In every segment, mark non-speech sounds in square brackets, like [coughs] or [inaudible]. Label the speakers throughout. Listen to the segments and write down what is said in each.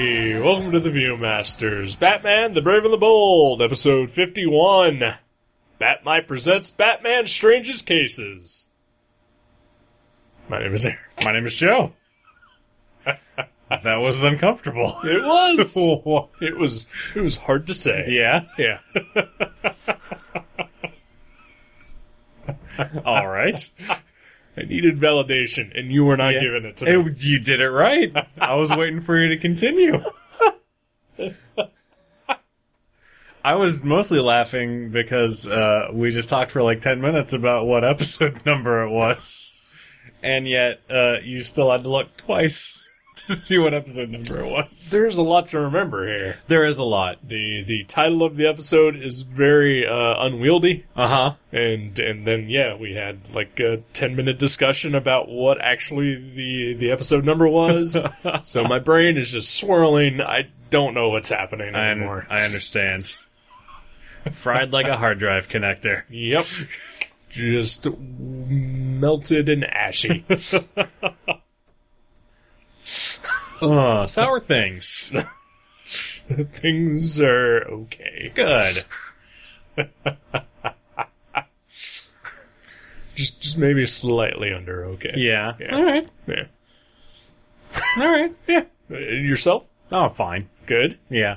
Speaker 1: Welcome to the Viewmasters, Batman the Brave and the Bold, episode 51. Batmite presents Batman's Strangest Cases. My name is Eric.
Speaker 2: My name is Joe. that was uncomfortable.
Speaker 1: It was. [laughs] it was. It was hard to say.
Speaker 2: yeah.
Speaker 1: Yeah.
Speaker 2: All right.
Speaker 1: I needed validation, and you were not
Speaker 2: Yeah.
Speaker 1: giving it to me.
Speaker 2: It- you did it right. I was waiting for you to continue. I was mostly laughing because uh, we just talked for like 10 minutes about what episode [laughs] number it was. And yet, uh, you still had to look twice [laughs] to see what episode number it was.
Speaker 1: There's a lot to remember here.
Speaker 2: There is a lot.
Speaker 1: The the title of the episode is very uh, unwieldy.
Speaker 2: Uh huh.
Speaker 1: and and then yeah, we had like a ten minute discussion about what actually the the episode number
Speaker 2: [laughs]
Speaker 1: was. so my brain is just swirling. I don't know what's happening
Speaker 2: I, un-
Speaker 1: anymore.
Speaker 2: I understand. [laughs] Fried like a hard drive connector.
Speaker 1: Yep, just w- melted and ashy.
Speaker 2: [laughs] Ugh, [laughs] sour things.
Speaker 1: Things are okay.
Speaker 2: Good.
Speaker 1: Just just maybe slightly under okay.
Speaker 2: Yeah.
Speaker 1: Yeah.
Speaker 2: All right.
Speaker 1: yeah.
Speaker 2: All right.
Speaker 1: Yeah. Uh, Yourself?
Speaker 2: Oh, fine.
Speaker 1: Good.
Speaker 2: Yeah.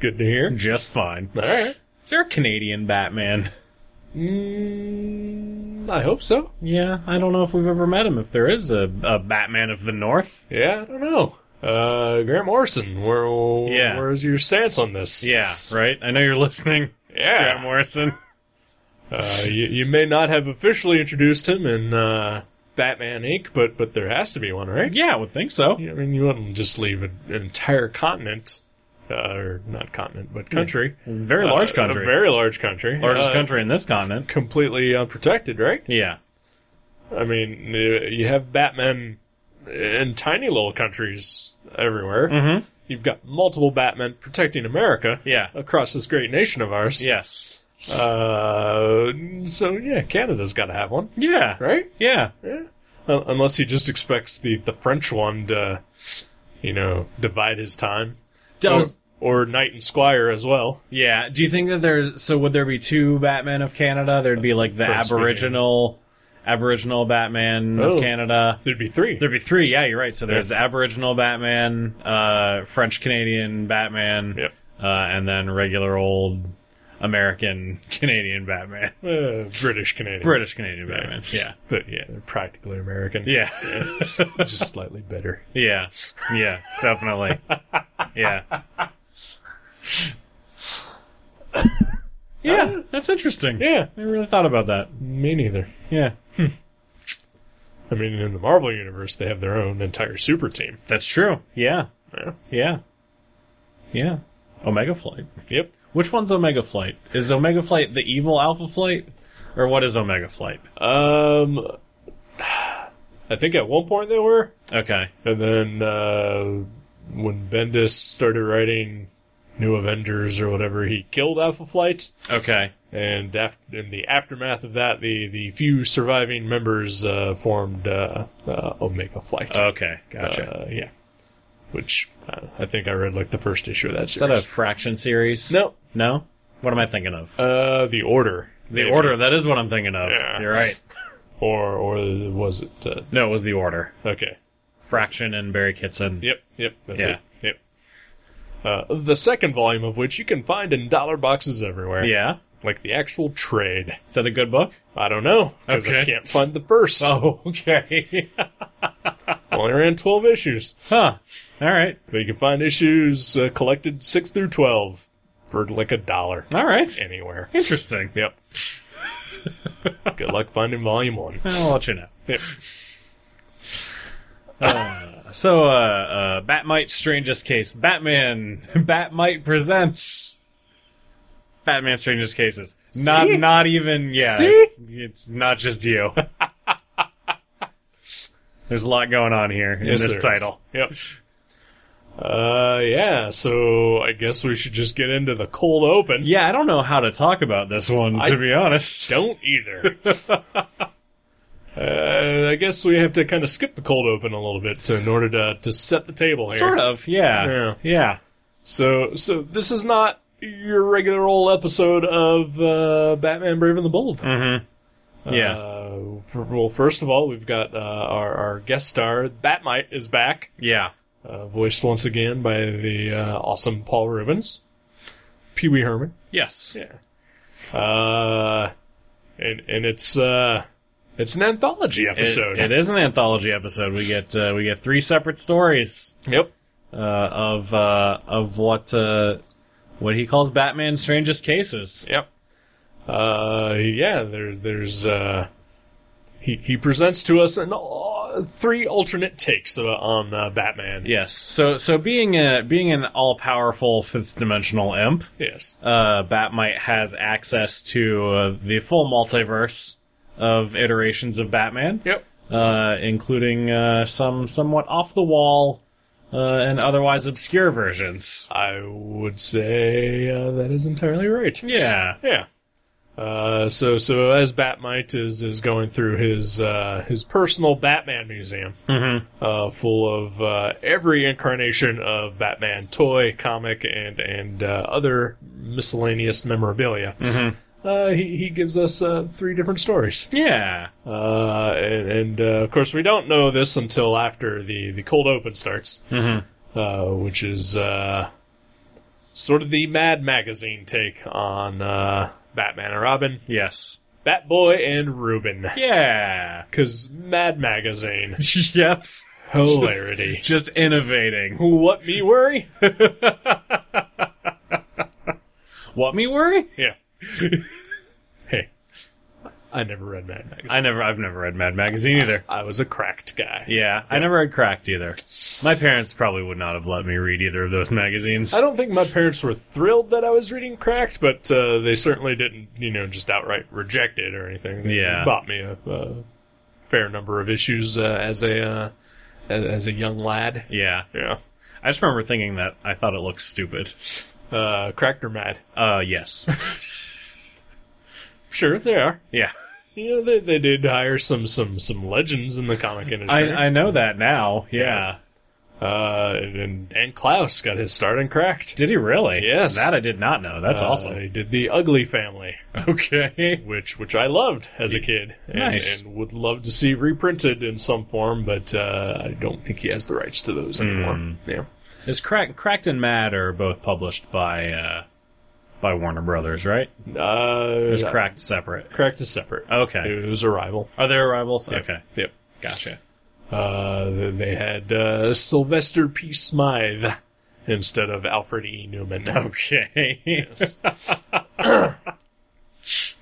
Speaker 1: Good to hear.
Speaker 2: Just fine.
Speaker 1: All right.
Speaker 2: Is there a Canadian Batman?
Speaker 1: Mm, I hope so.
Speaker 2: Yeah, I don't know if we've ever met him. If there is a, a Batman of the North.
Speaker 1: Yeah, I don't know. Uh, Grant Morrison, where
Speaker 2: Yeah.
Speaker 1: where's your stance on this?
Speaker 2: Yeah, right? I know you're listening, Grant
Speaker 1: yeah.
Speaker 2: Morrison.
Speaker 1: Uh, you, you may not have officially introduced him in uh, Batman Inc., but but there has to be one, right?
Speaker 2: Yeah, I would think so.
Speaker 1: I mean, you wouldn't just leave an, an entire continent, uh, or not continent, but country,
Speaker 2: Very large
Speaker 1: Uh,
Speaker 2: country.
Speaker 1: a very large country,
Speaker 2: Largest
Speaker 1: Uh,
Speaker 2: country in this continent.
Speaker 1: completely unprotected, right?
Speaker 2: Yeah.
Speaker 1: I mean, you you have Batman in tiny little countries everywhere.
Speaker 2: Mm-hmm.
Speaker 1: You've got multiple Batmen protecting America.
Speaker 2: Yeah.
Speaker 1: across this great nation of ours.
Speaker 2: Yes.
Speaker 1: Uh, so yeah, Canada's got to have one,
Speaker 2: Yeah.
Speaker 1: right?
Speaker 2: Yeah.
Speaker 1: Yeah. Un- unless he just expects the the French one to, you know, divide his time,
Speaker 2: I was-
Speaker 1: or, or knight and squire as well.
Speaker 2: Yeah. Do you think that there's so would there be two Batman of Canada? There'd be like the
Speaker 1: First speaking.
Speaker 2: Aboriginal Aboriginal Batman
Speaker 1: Oh.
Speaker 2: of Canada.
Speaker 1: There'd be three.
Speaker 2: There'd be three, yeah, you're right. So there's the Aboriginal Batman, uh, French Canadian Batman,
Speaker 1: Yep.
Speaker 2: uh, and then regular old American [laughs] Canadian Batman.
Speaker 1: Uh, British Canadian,
Speaker 2: British Canadian Batman. Yeah.
Speaker 1: but yeah, they're practically American.
Speaker 2: Yeah.
Speaker 1: [laughs] just slightly better.
Speaker 2: Yeah. Yeah. Definitely. Yeah. Yeah, that's interesting.
Speaker 1: Yeah,
Speaker 2: I never really thought about that.
Speaker 1: me neither.
Speaker 2: Yeah.
Speaker 1: I mean, in the Marvel universe, they have their own entire super team.
Speaker 2: That's true. Yeah.
Speaker 1: Yeah.
Speaker 2: Yeah. Yeah. Omega Flight.
Speaker 1: Yep.
Speaker 2: Which one's Omega Flight? Is Omega Flight the evil Alpha Flight? Or what is Omega Flight?
Speaker 1: Um, I think at one point they were.
Speaker 2: Okay.
Speaker 1: And then uh, when Bendis started writing New Avengers or whatever, he killed Alpha Flight.
Speaker 2: Okay.
Speaker 1: And af- in the aftermath of that, the, the few surviving members uh, formed uh, uh, Omega Flight.
Speaker 2: Okay. Oh, Gotcha.
Speaker 1: Uh, yeah. Which uh, I think I read like the first issue of that
Speaker 2: is that a
Speaker 1: series.
Speaker 2: fraction series?
Speaker 1: no.
Speaker 2: No? What am I thinking of?
Speaker 1: Uh, the Order.
Speaker 2: The
Speaker 1: maybe.
Speaker 2: Order. That is what I'm thinking of.
Speaker 1: Yeah.
Speaker 2: You're right.
Speaker 1: Or, or was it? Uh,
Speaker 2: No, it was The Order.
Speaker 1: okay.
Speaker 2: Fraction and Barry Kitson.
Speaker 1: Yep, yep, that's
Speaker 2: Yeah.
Speaker 1: it. Yep. Uh, the second volume of which you can find in dollar boxes everywhere.
Speaker 2: Yeah.
Speaker 1: Like the actual trade.
Speaker 2: Is that a good book?
Speaker 1: I don't know, because I
Speaker 2: Okay.
Speaker 1: can't find the first.
Speaker 2: Oh, [laughs] okay.
Speaker 1: Only ran 12 issues.
Speaker 2: huh. All right.
Speaker 1: But you can find issues uh, collected 6 through 12 for like a dollar
Speaker 2: All right.
Speaker 1: anywhere.
Speaker 2: Interesting. [laughs]
Speaker 1: Yep. Good luck finding volume 1.
Speaker 2: I'll let you know.
Speaker 1: Yep.
Speaker 2: So, uh, uh, Batmite's strangest case. Batman. [laughs] Batmite presents. Batman's strangest cases. Not,
Speaker 1: See?
Speaker 2: not even. Yeah,
Speaker 1: See?
Speaker 2: it's, it's not just you. [laughs] There's a lot going on here in
Speaker 1: Yes,
Speaker 2: this
Speaker 1: there is.
Speaker 2: title.
Speaker 1: Yep. Uh, yeah, so I guess we should just get into the cold open.
Speaker 2: Yeah, I don't know how to talk about this one to
Speaker 1: I
Speaker 2: be honest.
Speaker 1: don't either. [laughs] uh, I I guess we have to kind of skip the cold open a little bit to, in order to to set the table here.
Speaker 2: [laughs] Sort of, yeah.
Speaker 1: Yeah.
Speaker 2: Yeah.
Speaker 1: So so this is not your regular old episode of uh, Batman Brave and the Bold.
Speaker 2: Yeah.
Speaker 1: Uh, f- well, first of all, we've got uh, our our guest star Batmite is back,
Speaker 2: yeah.
Speaker 1: uh, voiced once again by the uh, awesome Paul Rubens, Pee Wee Herman.
Speaker 2: Yes.
Speaker 1: Yeah. Uh, and and it's uh, it's an anthology episode.
Speaker 2: It, it is an anthology episode. We get uh, we get three separate stories
Speaker 1: Yep.
Speaker 2: uh, of uh, of what uh, what he calls Batman's strangest cases.
Speaker 1: Yep. Uh, yeah. There's there's uh, he he presents to us an uh, three alternate takes uh, on uh, Batman.
Speaker 2: Yes. So so being a being an all powerful fifth dimensional imp,
Speaker 1: Yes.
Speaker 2: uh, Batmite has access to uh, the full multiverse of iterations of Batman.
Speaker 1: Yep.
Speaker 2: uh, including uh, some somewhat off the wall uh, and otherwise obscure versions.
Speaker 1: I would say uh, that is entirely right.
Speaker 2: Yeah,
Speaker 1: Yeah. Uh, so so as Batmite is is going through his uh, his personal Batman museum, uh, full of uh, every incarnation of Batman toy, comic, and and uh, other miscellaneous memorabilia. Uh, he, he gives us uh, three different stories,
Speaker 2: yeah,
Speaker 1: uh, and, and uh, of course we don't know this until after the, the cold open starts, uh, which is uh, sort of the Mad Magazine take on uh, Batman and Robin,
Speaker 2: yes,
Speaker 1: Batboy and Reuben,
Speaker 2: yeah, [laughs]
Speaker 1: because Mad Magazine
Speaker 2: yep.
Speaker 1: hilarity.
Speaker 2: Just innovating.
Speaker 1: what me worry?
Speaker 2: What me worry?
Speaker 1: Yeah. [laughs] hey, I never read Mad Magazine.
Speaker 2: I never, I've never read Mad Magazine either.
Speaker 1: I was a cracked guy.
Speaker 2: Yeah, I never read Cracked either. My parents probably would not have let me read either of those magazines.
Speaker 1: I don't think my parents were thrilled that I was reading Cracked, but uh, they certainly didn't, you know, just outright reject it or anything. They
Speaker 2: Yeah.
Speaker 1: bought me a, a fair number of issues uh, as a uh, as, as a young lad.
Speaker 2: Yeah,
Speaker 1: Yeah,
Speaker 2: I just remember thinking that I thought it looked stupid.
Speaker 1: uh, Cracked or Mad? [laughs]
Speaker 2: Uh, yes,
Speaker 1: Sure, they are.
Speaker 2: yeah.
Speaker 1: You know, they they did hire some some some legends in the comic
Speaker 2: I
Speaker 1: industry.
Speaker 2: I know that now. Yeah.
Speaker 1: uh, and and Klaus got his start in Cracked.
Speaker 2: Did he really?
Speaker 1: Yes.
Speaker 2: That I did not know. That's
Speaker 1: Uh,
Speaker 2: awesome. Oh,
Speaker 1: He did the Ugly Family.
Speaker 2: Okay.
Speaker 1: which which I loved as a kid, and,
Speaker 2: Nice.
Speaker 1: and would love to see reprinted in some form. But uh, I don't think he has the rights to those anymore.
Speaker 2: Hmm.
Speaker 1: Yeah,
Speaker 2: Is Crack, Cracked and Mad are both published by uh, by Warner Brothers, right?
Speaker 1: uh,
Speaker 2: Is Cracked separate?
Speaker 1: Cracked is separate.
Speaker 2: Okay.
Speaker 1: It was a rival.
Speaker 2: Are there rivals? Okay.
Speaker 1: Yep.
Speaker 2: Gotcha.
Speaker 1: Uh, th- they had uh, Sylvester P. Smythe instead of Alfred E. Newman.
Speaker 2: Oh, Okay.
Speaker 1: Yes.
Speaker 2: [laughs]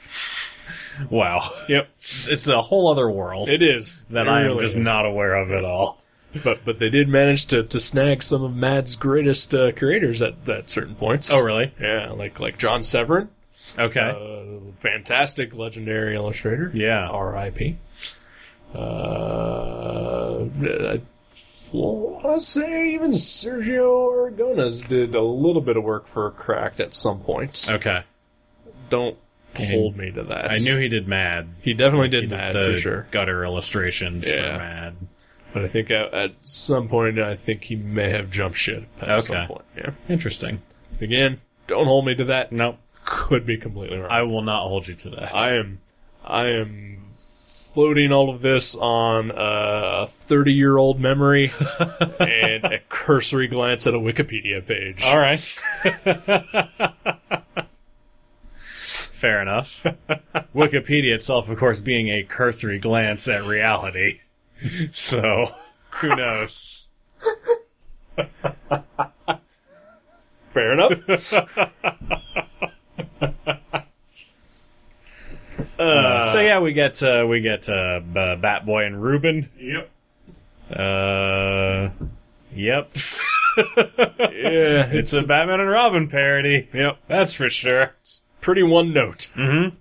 Speaker 2: wow.
Speaker 1: yep.
Speaker 2: It's, it's a whole other world
Speaker 1: It is
Speaker 2: that
Speaker 1: It
Speaker 2: I am
Speaker 1: really
Speaker 2: just
Speaker 1: is.
Speaker 2: not aware of at all.
Speaker 1: But but they did manage to, to snag some of Mad's greatest uh, creators at, at certain points.
Speaker 2: Oh, really?
Speaker 1: Yeah, like like John Severin.
Speaker 2: Okay.
Speaker 1: Uh, fantastic legendary illustrator.
Speaker 2: Yeah.
Speaker 1: R.I.P. Uh, I want to say even Sergio Aragonas did a little bit of work for Cracked at some point.
Speaker 2: okay.
Speaker 1: Don't hold me to that.
Speaker 2: I knew he did Mad.
Speaker 1: he definitely did
Speaker 2: He did
Speaker 1: that
Speaker 2: the
Speaker 1: for sure.
Speaker 2: gutter illustrations
Speaker 1: Yeah.
Speaker 2: for Mad.
Speaker 1: But I think at, at some point, I think he may have jumped ship at some
Speaker 2: Okay.
Speaker 1: point. Yeah.
Speaker 2: Interesting.
Speaker 1: Again, don't hold me to that.
Speaker 2: Nope.
Speaker 1: Could be completely wrong.
Speaker 2: Mm. I will not hold you to that.
Speaker 1: I am, I am floating all of this on a thirty-year-old
Speaker 2: [laughs]
Speaker 1: memory and a cursory glance at a Wikipedia page.
Speaker 2: [laughs]
Speaker 1: [laughs]
Speaker 2: All right. Fair enough. Wikipedia itself, of course, being a cursory glance at reality. [laughs] So, who knows?
Speaker 1: Fair enough. [laughs]
Speaker 2: Uh, so yeah, we get uh, we get uh, B- Batboy and Ruben.
Speaker 1: yep.
Speaker 2: Uh, [laughs] yep,
Speaker 1: Yeah,
Speaker 2: it's a Batman and Robin parody.
Speaker 1: yep.
Speaker 2: That's for sure.
Speaker 1: Pretty one note.
Speaker 2: Mm-hmm.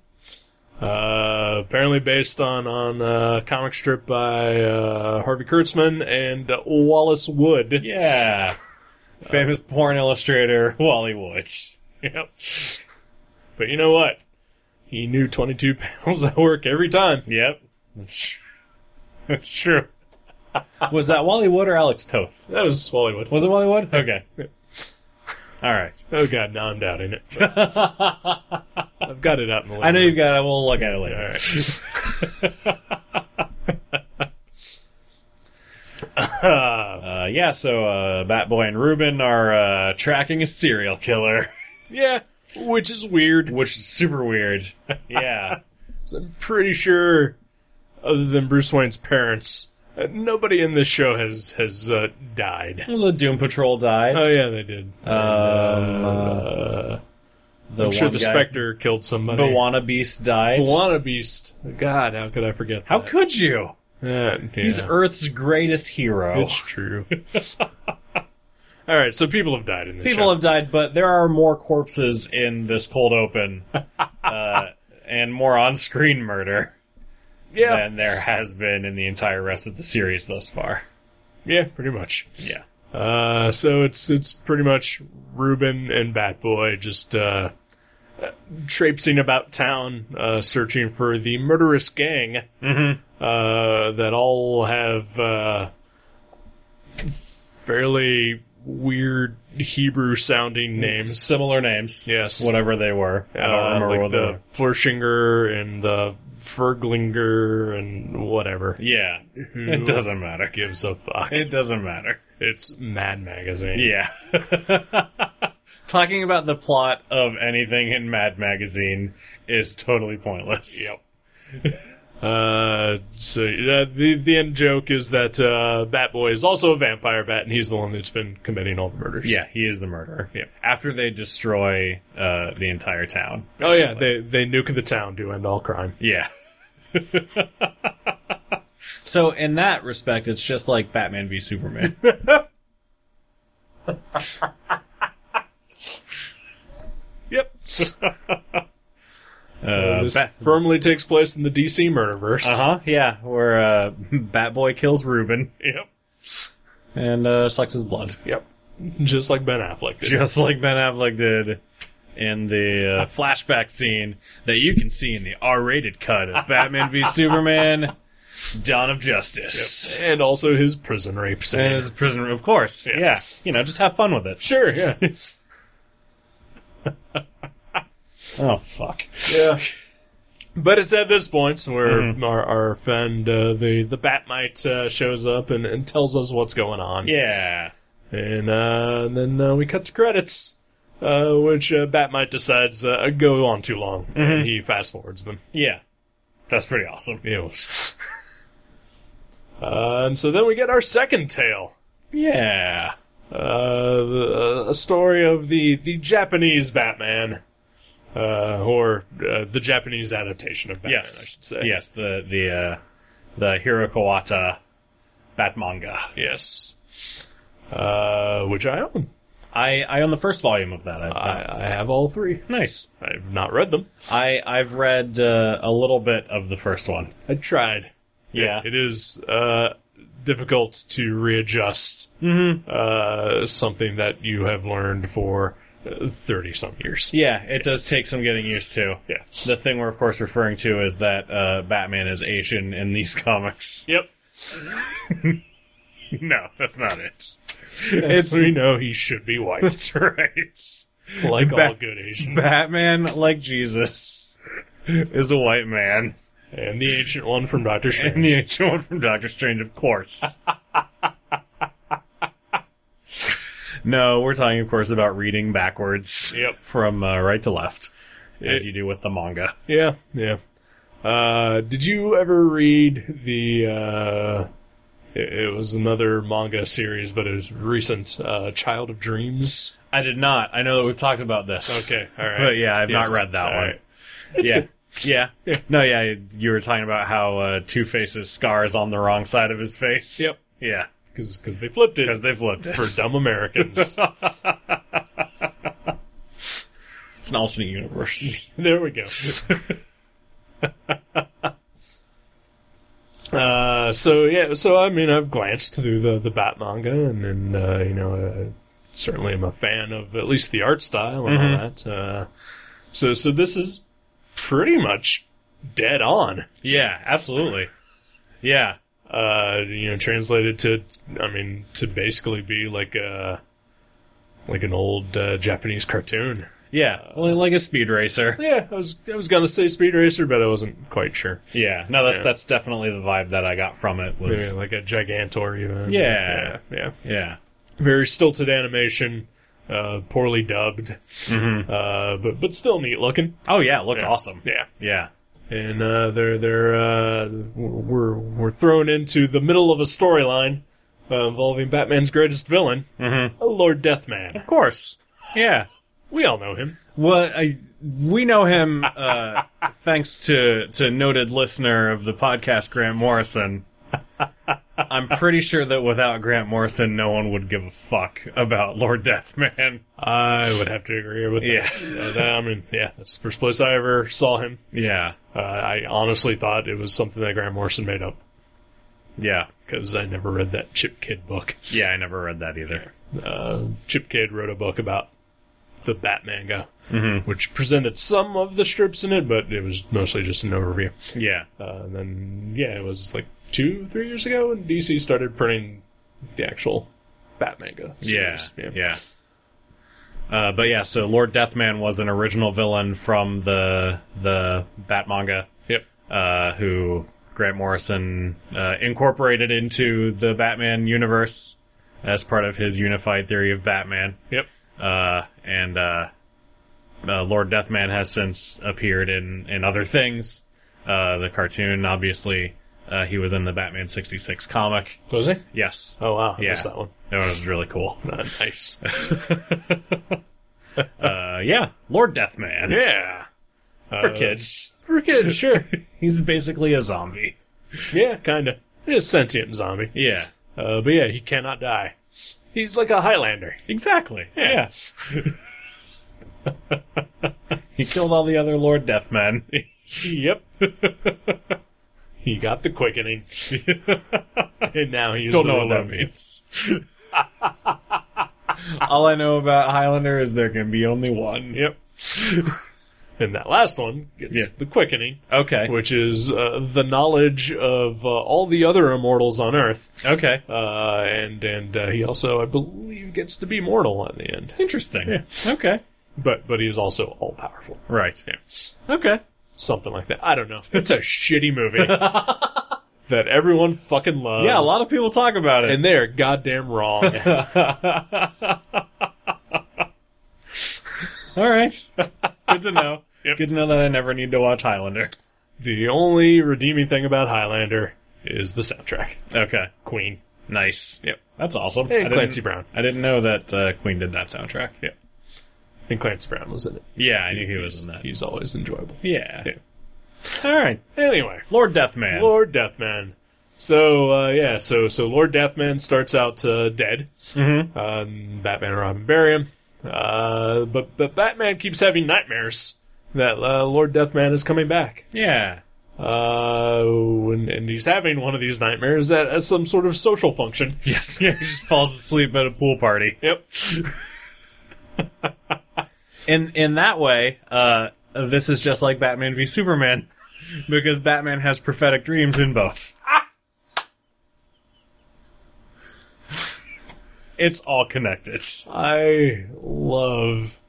Speaker 1: Uh, apparently based on on a comic strip by uh, Harvey Kurtzman and uh, Wallace Wood.
Speaker 2: Yeah, [laughs] famous porn illustrator Wally Woods.
Speaker 1: [laughs] Yep. But you know [laughs] what? He knew twenty-two panels at work every time.
Speaker 2: Yep. That's That's true. [laughs] Was that Wally Wood or Alex Toth?
Speaker 1: That was Swallowwood.
Speaker 2: Was it Wally Wood? [laughs] Okay. All right.
Speaker 1: Oh god, now I'm doubting [laughs] it. but I've got it out in the.
Speaker 2: I know you've got it. We'll look at it later.
Speaker 1: All right.
Speaker 2: Uh, yeah, so uh, Batboy and Ruben are uh, tracking a serial killer,
Speaker 1: [laughs] Yeah, which is weird.
Speaker 2: which is super weird. [laughs] Yeah.
Speaker 1: 'cause I'm pretty sure, other than Bruce Wayne's parents, uh, nobody in this show has has uh, died.
Speaker 2: well, the Doom Patrol died.
Speaker 1: Oh yeah, they did. And, uh,
Speaker 2: the
Speaker 1: I'm sure
Speaker 2: one
Speaker 1: the
Speaker 2: guy-
Speaker 1: Spectre killed
Speaker 2: The
Speaker 1: somebody.
Speaker 2: Wanna Beast died.
Speaker 1: Moana Beast. God, how could I forget?
Speaker 2: How
Speaker 1: that?
Speaker 2: could you?
Speaker 1: That, yeah.
Speaker 2: He's Earth's greatest hero.
Speaker 1: It's true. [laughs] All right, so people have died in this.
Speaker 2: People
Speaker 1: show.
Speaker 2: have died, but there are more corpses in this cold
Speaker 1: [laughs]
Speaker 2: open, uh, and more on-screen murder
Speaker 1: yeah,
Speaker 2: than there has been in the entire rest of the series thus far.
Speaker 1: yeah, pretty much.
Speaker 2: Yeah.
Speaker 1: Uh, so it's it's pretty much Ruben and Batboy just uh, uh, traipsing about town, uh, searching for the murderous gang uh, that all have uh, fairly weird Hebrew-sounding names.
Speaker 2: Similar names.
Speaker 1: Yes.
Speaker 2: Whatever they were. I don't
Speaker 1: Uh,
Speaker 2: remember
Speaker 1: like
Speaker 2: what
Speaker 1: the Flerschinger and the Ferglinger and whatever.
Speaker 2: they were. Yeah. It doesn't matter.
Speaker 1: Gives a fuck.
Speaker 2: It doesn't matter.
Speaker 1: It's Mad Magazine.
Speaker 2: Yeah. [laughs] Talking about the plot of anything in Mad Magazine is totally pointless.
Speaker 1: Yep. Uh, so uh, the the end joke is that uh, Batboy is also a vampire bat, and he's the one that's been committing all the murders.
Speaker 2: Yeah, he is the murderer.
Speaker 1: Yep.
Speaker 2: After they destroy uh, the entire town.
Speaker 1: Oh yeah, they they nuke the town to end all crime.
Speaker 2: Yeah. [laughs] so in that respect, it's just like Batman
Speaker 1: [laughs]
Speaker 2: v Superman.
Speaker 1: Yep.
Speaker 2: [laughs] Uh, Uh-huh.
Speaker 1: this firmly takes place in the DC murderverse.
Speaker 2: huh. Yeah, where uh, [laughs] Batboy kills Ruben
Speaker 1: Yep.
Speaker 2: and uh, sucks his blood,
Speaker 1: Yep. Just like Ben
Speaker 2: [laughs]
Speaker 1: Affleck did.
Speaker 2: just like Ben Affleck did in the uh, flashback scene that you can see in the R-rated cut of Batman [laughs] v Superman: Dawn of Justice.
Speaker 1: and also his prison rape scene.
Speaker 2: And his prison, of course. yeah, you know, just have fun with it.
Speaker 1: sure. Yeah.
Speaker 2: Oh fuck.
Speaker 1: yeah. [laughs] But it's at this point where
Speaker 2: Mm-hmm.
Speaker 1: our, our friend uh, the the Batmite uh, shows up and, and tells us what's going on.
Speaker 2: Yeah.
Speaker 1: And uh, then uh, we cut to credits, uh, which uh, Batmite decides uh, go on too long,
Speaker 2: Mm-hmm.
Speaker 1: and he fast forwards them.
Speaker 2: Yeah. That's pretty awesome.
Speaker 1: Ew. [laughs] uh, and so then we get our second tale,
Speaker 2: Yeah.
Speaker 1: uh, the- a story of the the Japanese Batman, uh, or uh, the Japanese adaptation of Batman,
Speaker 2: Yes.
Speaker 1: I should say.
Speaker 2: Yes, the the uh the Hirokawata Bat manga.
Speaker 1: Yes. Uh, which I own.
Speaker 2: I I own the first volume of that. I,
Speaker 1: I, I have all three.
Speaker 2: Uh, nice.
Speaker 1: I've not read them.
Speaker 2: I I've read uh, a little bit of the first one.
Speaker 1: I tried.
Speaker 2: Yeah.
Speaker 1: it is uh, difficult to readjust
Speaker 2: Mm-hmm.
Speaker 1: uh, something that you have learned for thirty some years.
Speaker 2: Yeah, it does take some getting used to.
Speaker 1: Yeah.
Speaker 2: The thing we're of course referring to is that uh, Batman is Asian in these [laughs] comics.
Speaker 1: Yep.
Speaker 2: no, that's not [laughs] it.
Speaker 1: It's we know he should be white,
Speaker 2: That's right. [laughs]
Speaker 1: like all
Speaker 2: Bat-
Speaker 1: good Asian.
Speaker 2: Batman, like Jesus, is a white man.
Speaker 1: And the ancient one from Doctor
Speaker 2: And
Speaker 1: Strange.
Speaker 2: the ancient one from Doctor Strange, of course. no, we're talking, of course, about reading backwards.
Speaker 1: Yep.
Speaker 2: From uh, right to left, as
Speaker 1: It-
Speaker 2: you do with the manga.
Speaker 1: Yeah, yeah. Uh, did you ever read the? Uh, it, it was another manga series, but it was recent. Uh, Child of Dreams.
Speaker 2: I did not. I know that we've talked about this.
Speaker 1: Okay, all right.
Speaker 2: But yeah, I've
Speaker 1: Yes,
Speaker 2: not read that
Speaker 1: all
Speaker 2: one.
Speaker 1: right.
Speaker 2: Yeah.
Speaker 1: good. [laughs]
Speaker 2: yeah. No, yeah, you were talking about how uh, Two Face's scar is on the wrong side of his face.
Speaker 1: Yep.
Speaker 2: Yeah.
Speaker 1: Because they flipped
Speaker 2: [laughs]
Speaker 1: it
Speaker 2: Because they've looked.
Speaker 1: for dumb
Speaker 2: [laughs]
Speaker 1: Americans.
Speaker 2: It's an alternate universe.
Speaker 1: [laughs] There we go. uh, so yeah, so I mean, I've glanced through the the Bat manga, and then uh, you know, I certainly am a fan of at least the art style and all that. Uh, so so this is pretty much dead on.
Speaker 2: Yeah, absolutely. Yeah.
Speaker 1: uh, you know, translated to, I mean, to basically be like a like an old uh, Japanese cartoon.
Speaker 2: Yeah, li- like a speed racer.
Speaker 1: Yeah, I was I was gonna say Speed Racer, but I wasn't quite sure.
Speaker 2: Yeah, no, that's
Speaker 1: Yeah.
Speaker 2: that's definitely the vibe that I got from it.
Speaker 1: Maybe
Speaker 2: Was
Speaker 1: like a Gigantor, even.
Speaker 2: Yeah.
Speaker 1: yeah, yeah.
Speaker 2: yeah,
Speaker 1: Very stilted animation, uh, poorly dubbed, uh, but but still neat looking.
Speaker 2: oh yeah, it looked awesome.
Speaker 1: Yeah,
Speaker 2: Yeah,
Speaker 1: and uh, they're they're uh, we're we're thrown into the middle of a storyline uh, involving Batman's greatest villain, mm-hmm. Lord Deathman.
Speaker 2: of course. Yeah,
Speaker 1: We all know him.
Speaker 2: Well, I, we know him uh, [laughs] thanks to to noted listener of the podcast, Grant Morrison. [laughs] I'm pretty sure that without Grant Morrison, no one would give a fuck about Lord Deathman. [laughs]
Speaker 1: I would have to agree with
Speaker 2: Yeah.
Speaker 1: that. Uh, I mean, yeah, that's the first place I ever saw him.
Speaker 2: Yeah,
Speaker 1: Uh, I honestly thought it was something that Graham Morrison made up
Speaker 2: yeah,
Speaker 1: because I never read that Chip Kidd book.
Speaker 2: yeah. I never read that either.
Speaker 1: Uh, Chip Kidd wrote a book about the Batman guy,
Speaker 2: Mm-hmm.
Speaker 1: which presented some of the strips in it, but it was mostly just an overview.
Speaker 2: Yeah,
Speaker 1: Uh, and then, yeah, it was like two, three years ago when DC started printing the actual Batman guy.
Speaker 2: yeah,
Speaker 1: series.
Speaker 2: yeah. Uh, but yeah, so Lord Deathman was an original villain from the the Bat manga.
Speaker 1: Yep.
Speaker 2: uh, who Grant Morrison uh, incorporated into the Batman universe as part of his unified theory of Batman.
Speaker 1: Yep.
Speaker 2: Uh, and uh, uh, Lord Deathman has since appeared in, in other things. Uh, the cartoon, obviously, uh, he was in the Batman 66 comic.
Speaker 1: Was he?
Speaker 2: Yes.
Speaker 1: Oh, wow. I
Speaker 2: Yeah.
Speaker 1: missed that one. [laughs]
Speaker 2: That was really cool.
Speaker 1: Uh, nice.
Speaker 2: Uh, yeah, Lord Deathman.
Speaker 1: yeah.
Speaker 2: For kids.
Speaker 1: For
Speaker 2: [laughs]
Speaker 1: kids, sure.
Speaker 2: He's basically a zombie.
Speaker 1: yeah, kind of. He's a sentient zombie.
Speaker 2: Yeah.
Speaker 1: Uh, but yeah, he cannot die. He's like a Highlander.
Speaker 2: Exactly. Yeah. he killed all the other Lord Deathman.
Speaker 1: Yep. [laughs] he got the quickening. [laughs] and now he's
Speaker 2: Don't
Speaker 1: the
Speaker 2: know what that
Speaker 1: one
Speaker 2: means. [laughs] all I know about Highlander is there can be only one.
Speaker 1: Yep. [laughs] and that last one gets
Speaker 2: Yeah.
Speaker 1: the quickening,
Speaker 2: Okay.
Speaker 1: which is uh, the knowledge of uh, all the other immortals on Earth.
Speaker 2: Okay.
Speaker 1: Uh, and and uh, he also, I believe, gets to be mortal at the end.
Speaker 2: Interesting. Okay.
Speaker 1: But but he is also all powerful.
Speaker 2: Right. Okay.
Speaker 1: something like that. I don't know. It's a shitty
Speaker 2: [laughs]
Speaker 1: movie that everyone fucking loves.
Speaker 2: Yeah, a lot of people talk about it.
Speaker 1: and they're goddamn wrong.
Speaker 2: [laughs] all right. [laughs] Good to know.
Speaker 1: Yep.
Speaker 2: Good to know that I never need to watch Highlander.
Speaker 1: the only redeeming thing about Highlander is the soundtrack.
Speaker 2: Okay.
Speaker 1: Queen.
Speaker 2: Nice.
Speaker 1: Yep.
Speaker 2: That's awesome. I
Speaker 1: And
Speaker 2: didn't-
Speaker 1: Clancy Brown.
Speaker 2: I didn't know that uh, Queen did that soundtrack.
Speaker 1: Yeah. And Clancy Brown was in it.
Speaker 2: Yeah, I knew he was in that.
Speaker 1: He's always enjoyable.
Speaker 2: Yeah.
Speaker 1: Yeah.
Speaker 2: All right,
Speaker 1: Anyway,
Speaker 2: Lord Deathman.
Speaker 1: Lord Deathman. So uh, yeah, so so Lord Deathman starts out uh, dead. Mm-hmm. Um, Batman and Robin bury him, uh, but but Batman keeps having nightmares that uh, Lord Deathman is coming back.
Speaker 2: Yeah.
Speaker 1: Uh, and, and he's having one of these nightmares at, at some sort of social function.
Speaker 2: Yes. [laughs] Yeah. He just falls asleep at a pool party.
Speaker 1: Yep.
Speaker 2: In in that way, uh, this is just like Batman v Superman, [laughs] because Batman has prophetic dreams in both. [laughs] It's all connected.
Speaker 1: I love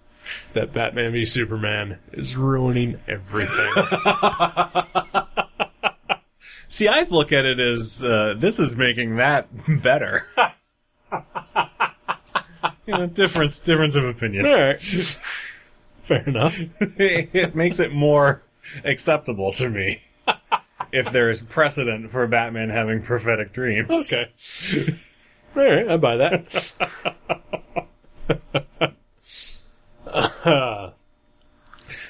Speaker 1: that Batman v Superman is ruining everything.
Speaker 2: See, I look at it as uh, this is making that [laughs] better. you know, difference difference of opinion. [laughs]
Speaker 1: All right. Fair enough.
Speaker 2: it makes it more acceptable to me [laughs] if there is precedent for Batman having prophetic dreams.
Speaker 1: Okay. All right, I buy that. [laughs]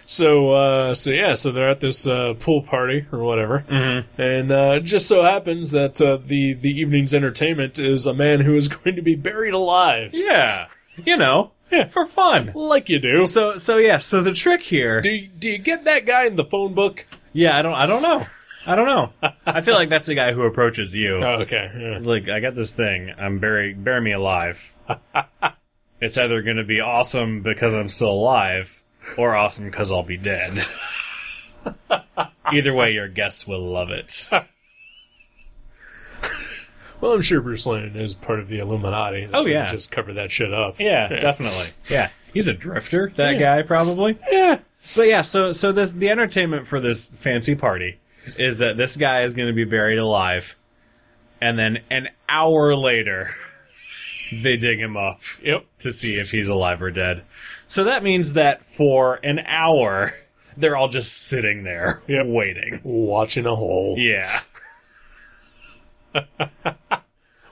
Speaker 1: so, uh, so yeah, so they're at this uh, pool party or whatever, mm-hmm. and uh, it just so happens that uh, the the evening's entertainment is a man who is [laughs] going to be buried alive,
Speaker 2: Yeah, you know,
Speaker 1: Yeah.
Speaker 2: for fun.
Speaker 1: like you do.
Speaker 2: So, so yeah. So the trick here,
Speaker 1: Do you, do you get that guy in the phone book?
Speaker 2: yeah. I don't, I don't know. I don't know. I feel like that's the guy who approaches you.
Speaker 1: Oh, okay, yeah.
Speaker 2: Like, I got this thing. I'm bury, bury me [laughs] alive. it's either going to be awesome because I'm still alive, or awesome because I'll be [laughs] dead. either way, your guests will love it.
Speaker 1: Well, I'm sure Bruce Wayne is part of the Illuminati. They
Speaker 2: Oh, yeah.
Speaker 1: just cover that shit up.
Speaker 2: Yeah, definitely. Yeah, he's a drifter. That
Speaker 1: Yeah.
Speaker 2: guy probably.
Speaker 1: yeah.
Speaker 2: But yeah, so so this the entertainment for this fancy party is that this guy is going to be buried alive, and then an hour later, [laughs] they dig him up
Speaker 1: Yep.
Speaker 2: to see if he's alive or dead. So that means that for an hour, they're all just sitting [laughs] there
Speaker 1: Yep.
Speaker 2: waiting.
Speaker 1: Watching a hole.
Speaker 2: [laughs] Yeah.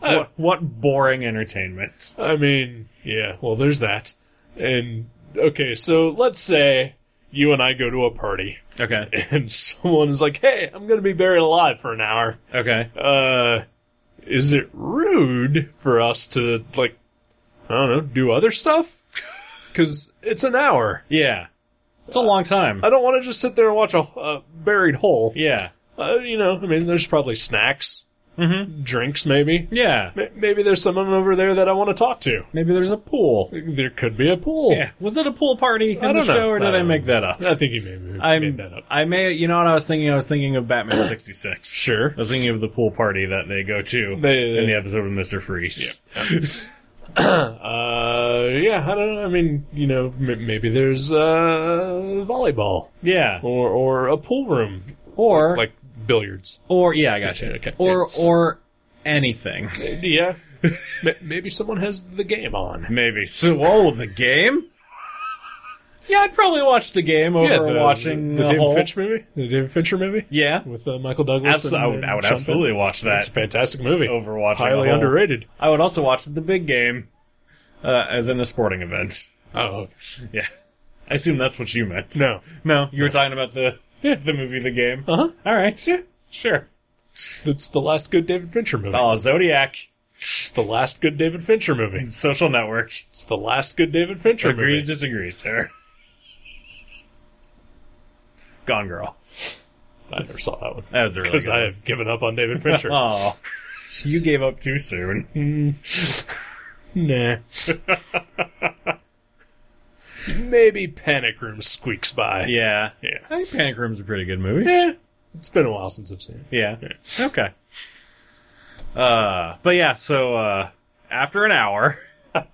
Speaker 2: what, what boring entertainment.
Speaker 1: I mean, yeah, well, there's that. And, okay, so let's say you and I go to a party, [laughs]
Speaker 2: [laughs] Okay.
Speaker 1: and someone is like, hey, I'm going to be buried alive for an hour.
Speaker 2: Okay.
Speaker 1: Uh, is it rude for us to, like, I don't know, do other stuff? [laughs] Because it's an hour.
Speaker 2: Yeah. It's a long time.
Speaker 1: I don't want to just sit there and watch a, a buried hole.
Speaker 2: Yeah.
Speaker 1: Uh, you know, I mean, there's probably snacks,
Speaker 2: Mhm.
Speaker 1: drinks, maybe.
Speaker 2: Yeah.
Speaker 1: Ma- Maybe there's someone over there that I want to talk to.
Speaker 2: Maybe there's a pool.
Speaker 1: There could be a pool.
Speaker 2: Yeah. Was it a pool party in
Speaker 1: I
Speaker 2: the
Speaker 1: don't know.
Speaker 2: show, or did I
Speaker 1: Um,
Speaker 2: make that up?
Speaker 1: I think you maybe
Speaker 2: I
Speaker 1: made that up.
Speaker 2: I may. You know what I was thinking? I was thinking
Speaker 1: [coughs]
Speaker 2: of Batman sixty six.
Speaker 1: Sure.
Speaker 2: I was thinking of the pool party that they go to
Speaker 1: They-
Speaker 2: in the episode with Mister Freeze.
Speaker 1: Uh, yeah, I don't know. I mean, you know, m- maybe there's uh, volleyball
Speaker 2: Yeah.
Speaker 1: or or a pool room
Speaker 2: Or
Speaker 1: like billiards.
Speaker 2: or yeah, I gotcha.
Speaker 1: Yeah, okay.
Speaker 2: Or or anything. [laughs]
Speaker 1: Yeah, M- maybe someone has the game on.
Speaker 2: Maybe. So, whoa, the game. Yeah, I'd probably watch the game over
Speaker 1: Yeah, the- the, the
Speaker 2: watching the,
Speaker 1: David
Speaker 2: whole.
Speaker 1: Fincher movie. The David Fincher movie
Speaker 2: Yeah.
Speaker 1: with uh, Michael Douglas.
Speaker 2: Abs-
Speaker 1: and-
Speaker 2: I would, I
Speaker 1: and
Speaker 2: would
Speaker 1: Sean Penn.
Speaker 2: absolutely watch that.
Speaker 1: It's a fantastic movie.
Speaker 2: over watching the
Speaker 1: Highly
Speaker 2: whole-
Speaker 1: underrated.
Speaker 2: I would also watch the big game uh, as in a sporting event. [laughs]
Speaker 1: Oh okay.
Speaker 2: Yeah. I assume that's what you meant.
Speaker 1: no.
Speaker 2: No, you were talking about the the movie The Game.
Speaker 1: Uh huh.
Speaker 2: All right. Yeah, sure.
Speaker 1: It's the last good David Fincher movie.
Speaker 2: Oh, Zodiac,
Speaker 1: It's the last good David Fincher movie.
Speaker 2: Social Network.
Speaker 1: It's the last good David Fincher
Speaker 2: Agree to
Speaker 1: movie.
Speaker 2: disagree, sir. Gone Girl.
Speaker 1: I never saw that one.
Speaker 2: That was a really
Speaker 1: Because
Speaker 2: good.
Speaker 1: I have given up on David Fincher.
Speaker 2: [laughs]
Speaker 1: Hmm.
Speaker 2: Oh, you gave up too soon. [laughs]
Speaker 1: Nah. Maybe Panic Room squeaks by.
Speaker 2: Yeah.
Speaker 1: Yeah.
Speaker 2: I think Panic Room's a pretty good movie.
Speaker 1: Eh, it's been a while since I've seen it.
Speaker 2: Yeah. Okay. Uh, but yeah, so uh, after an hour, [laughs]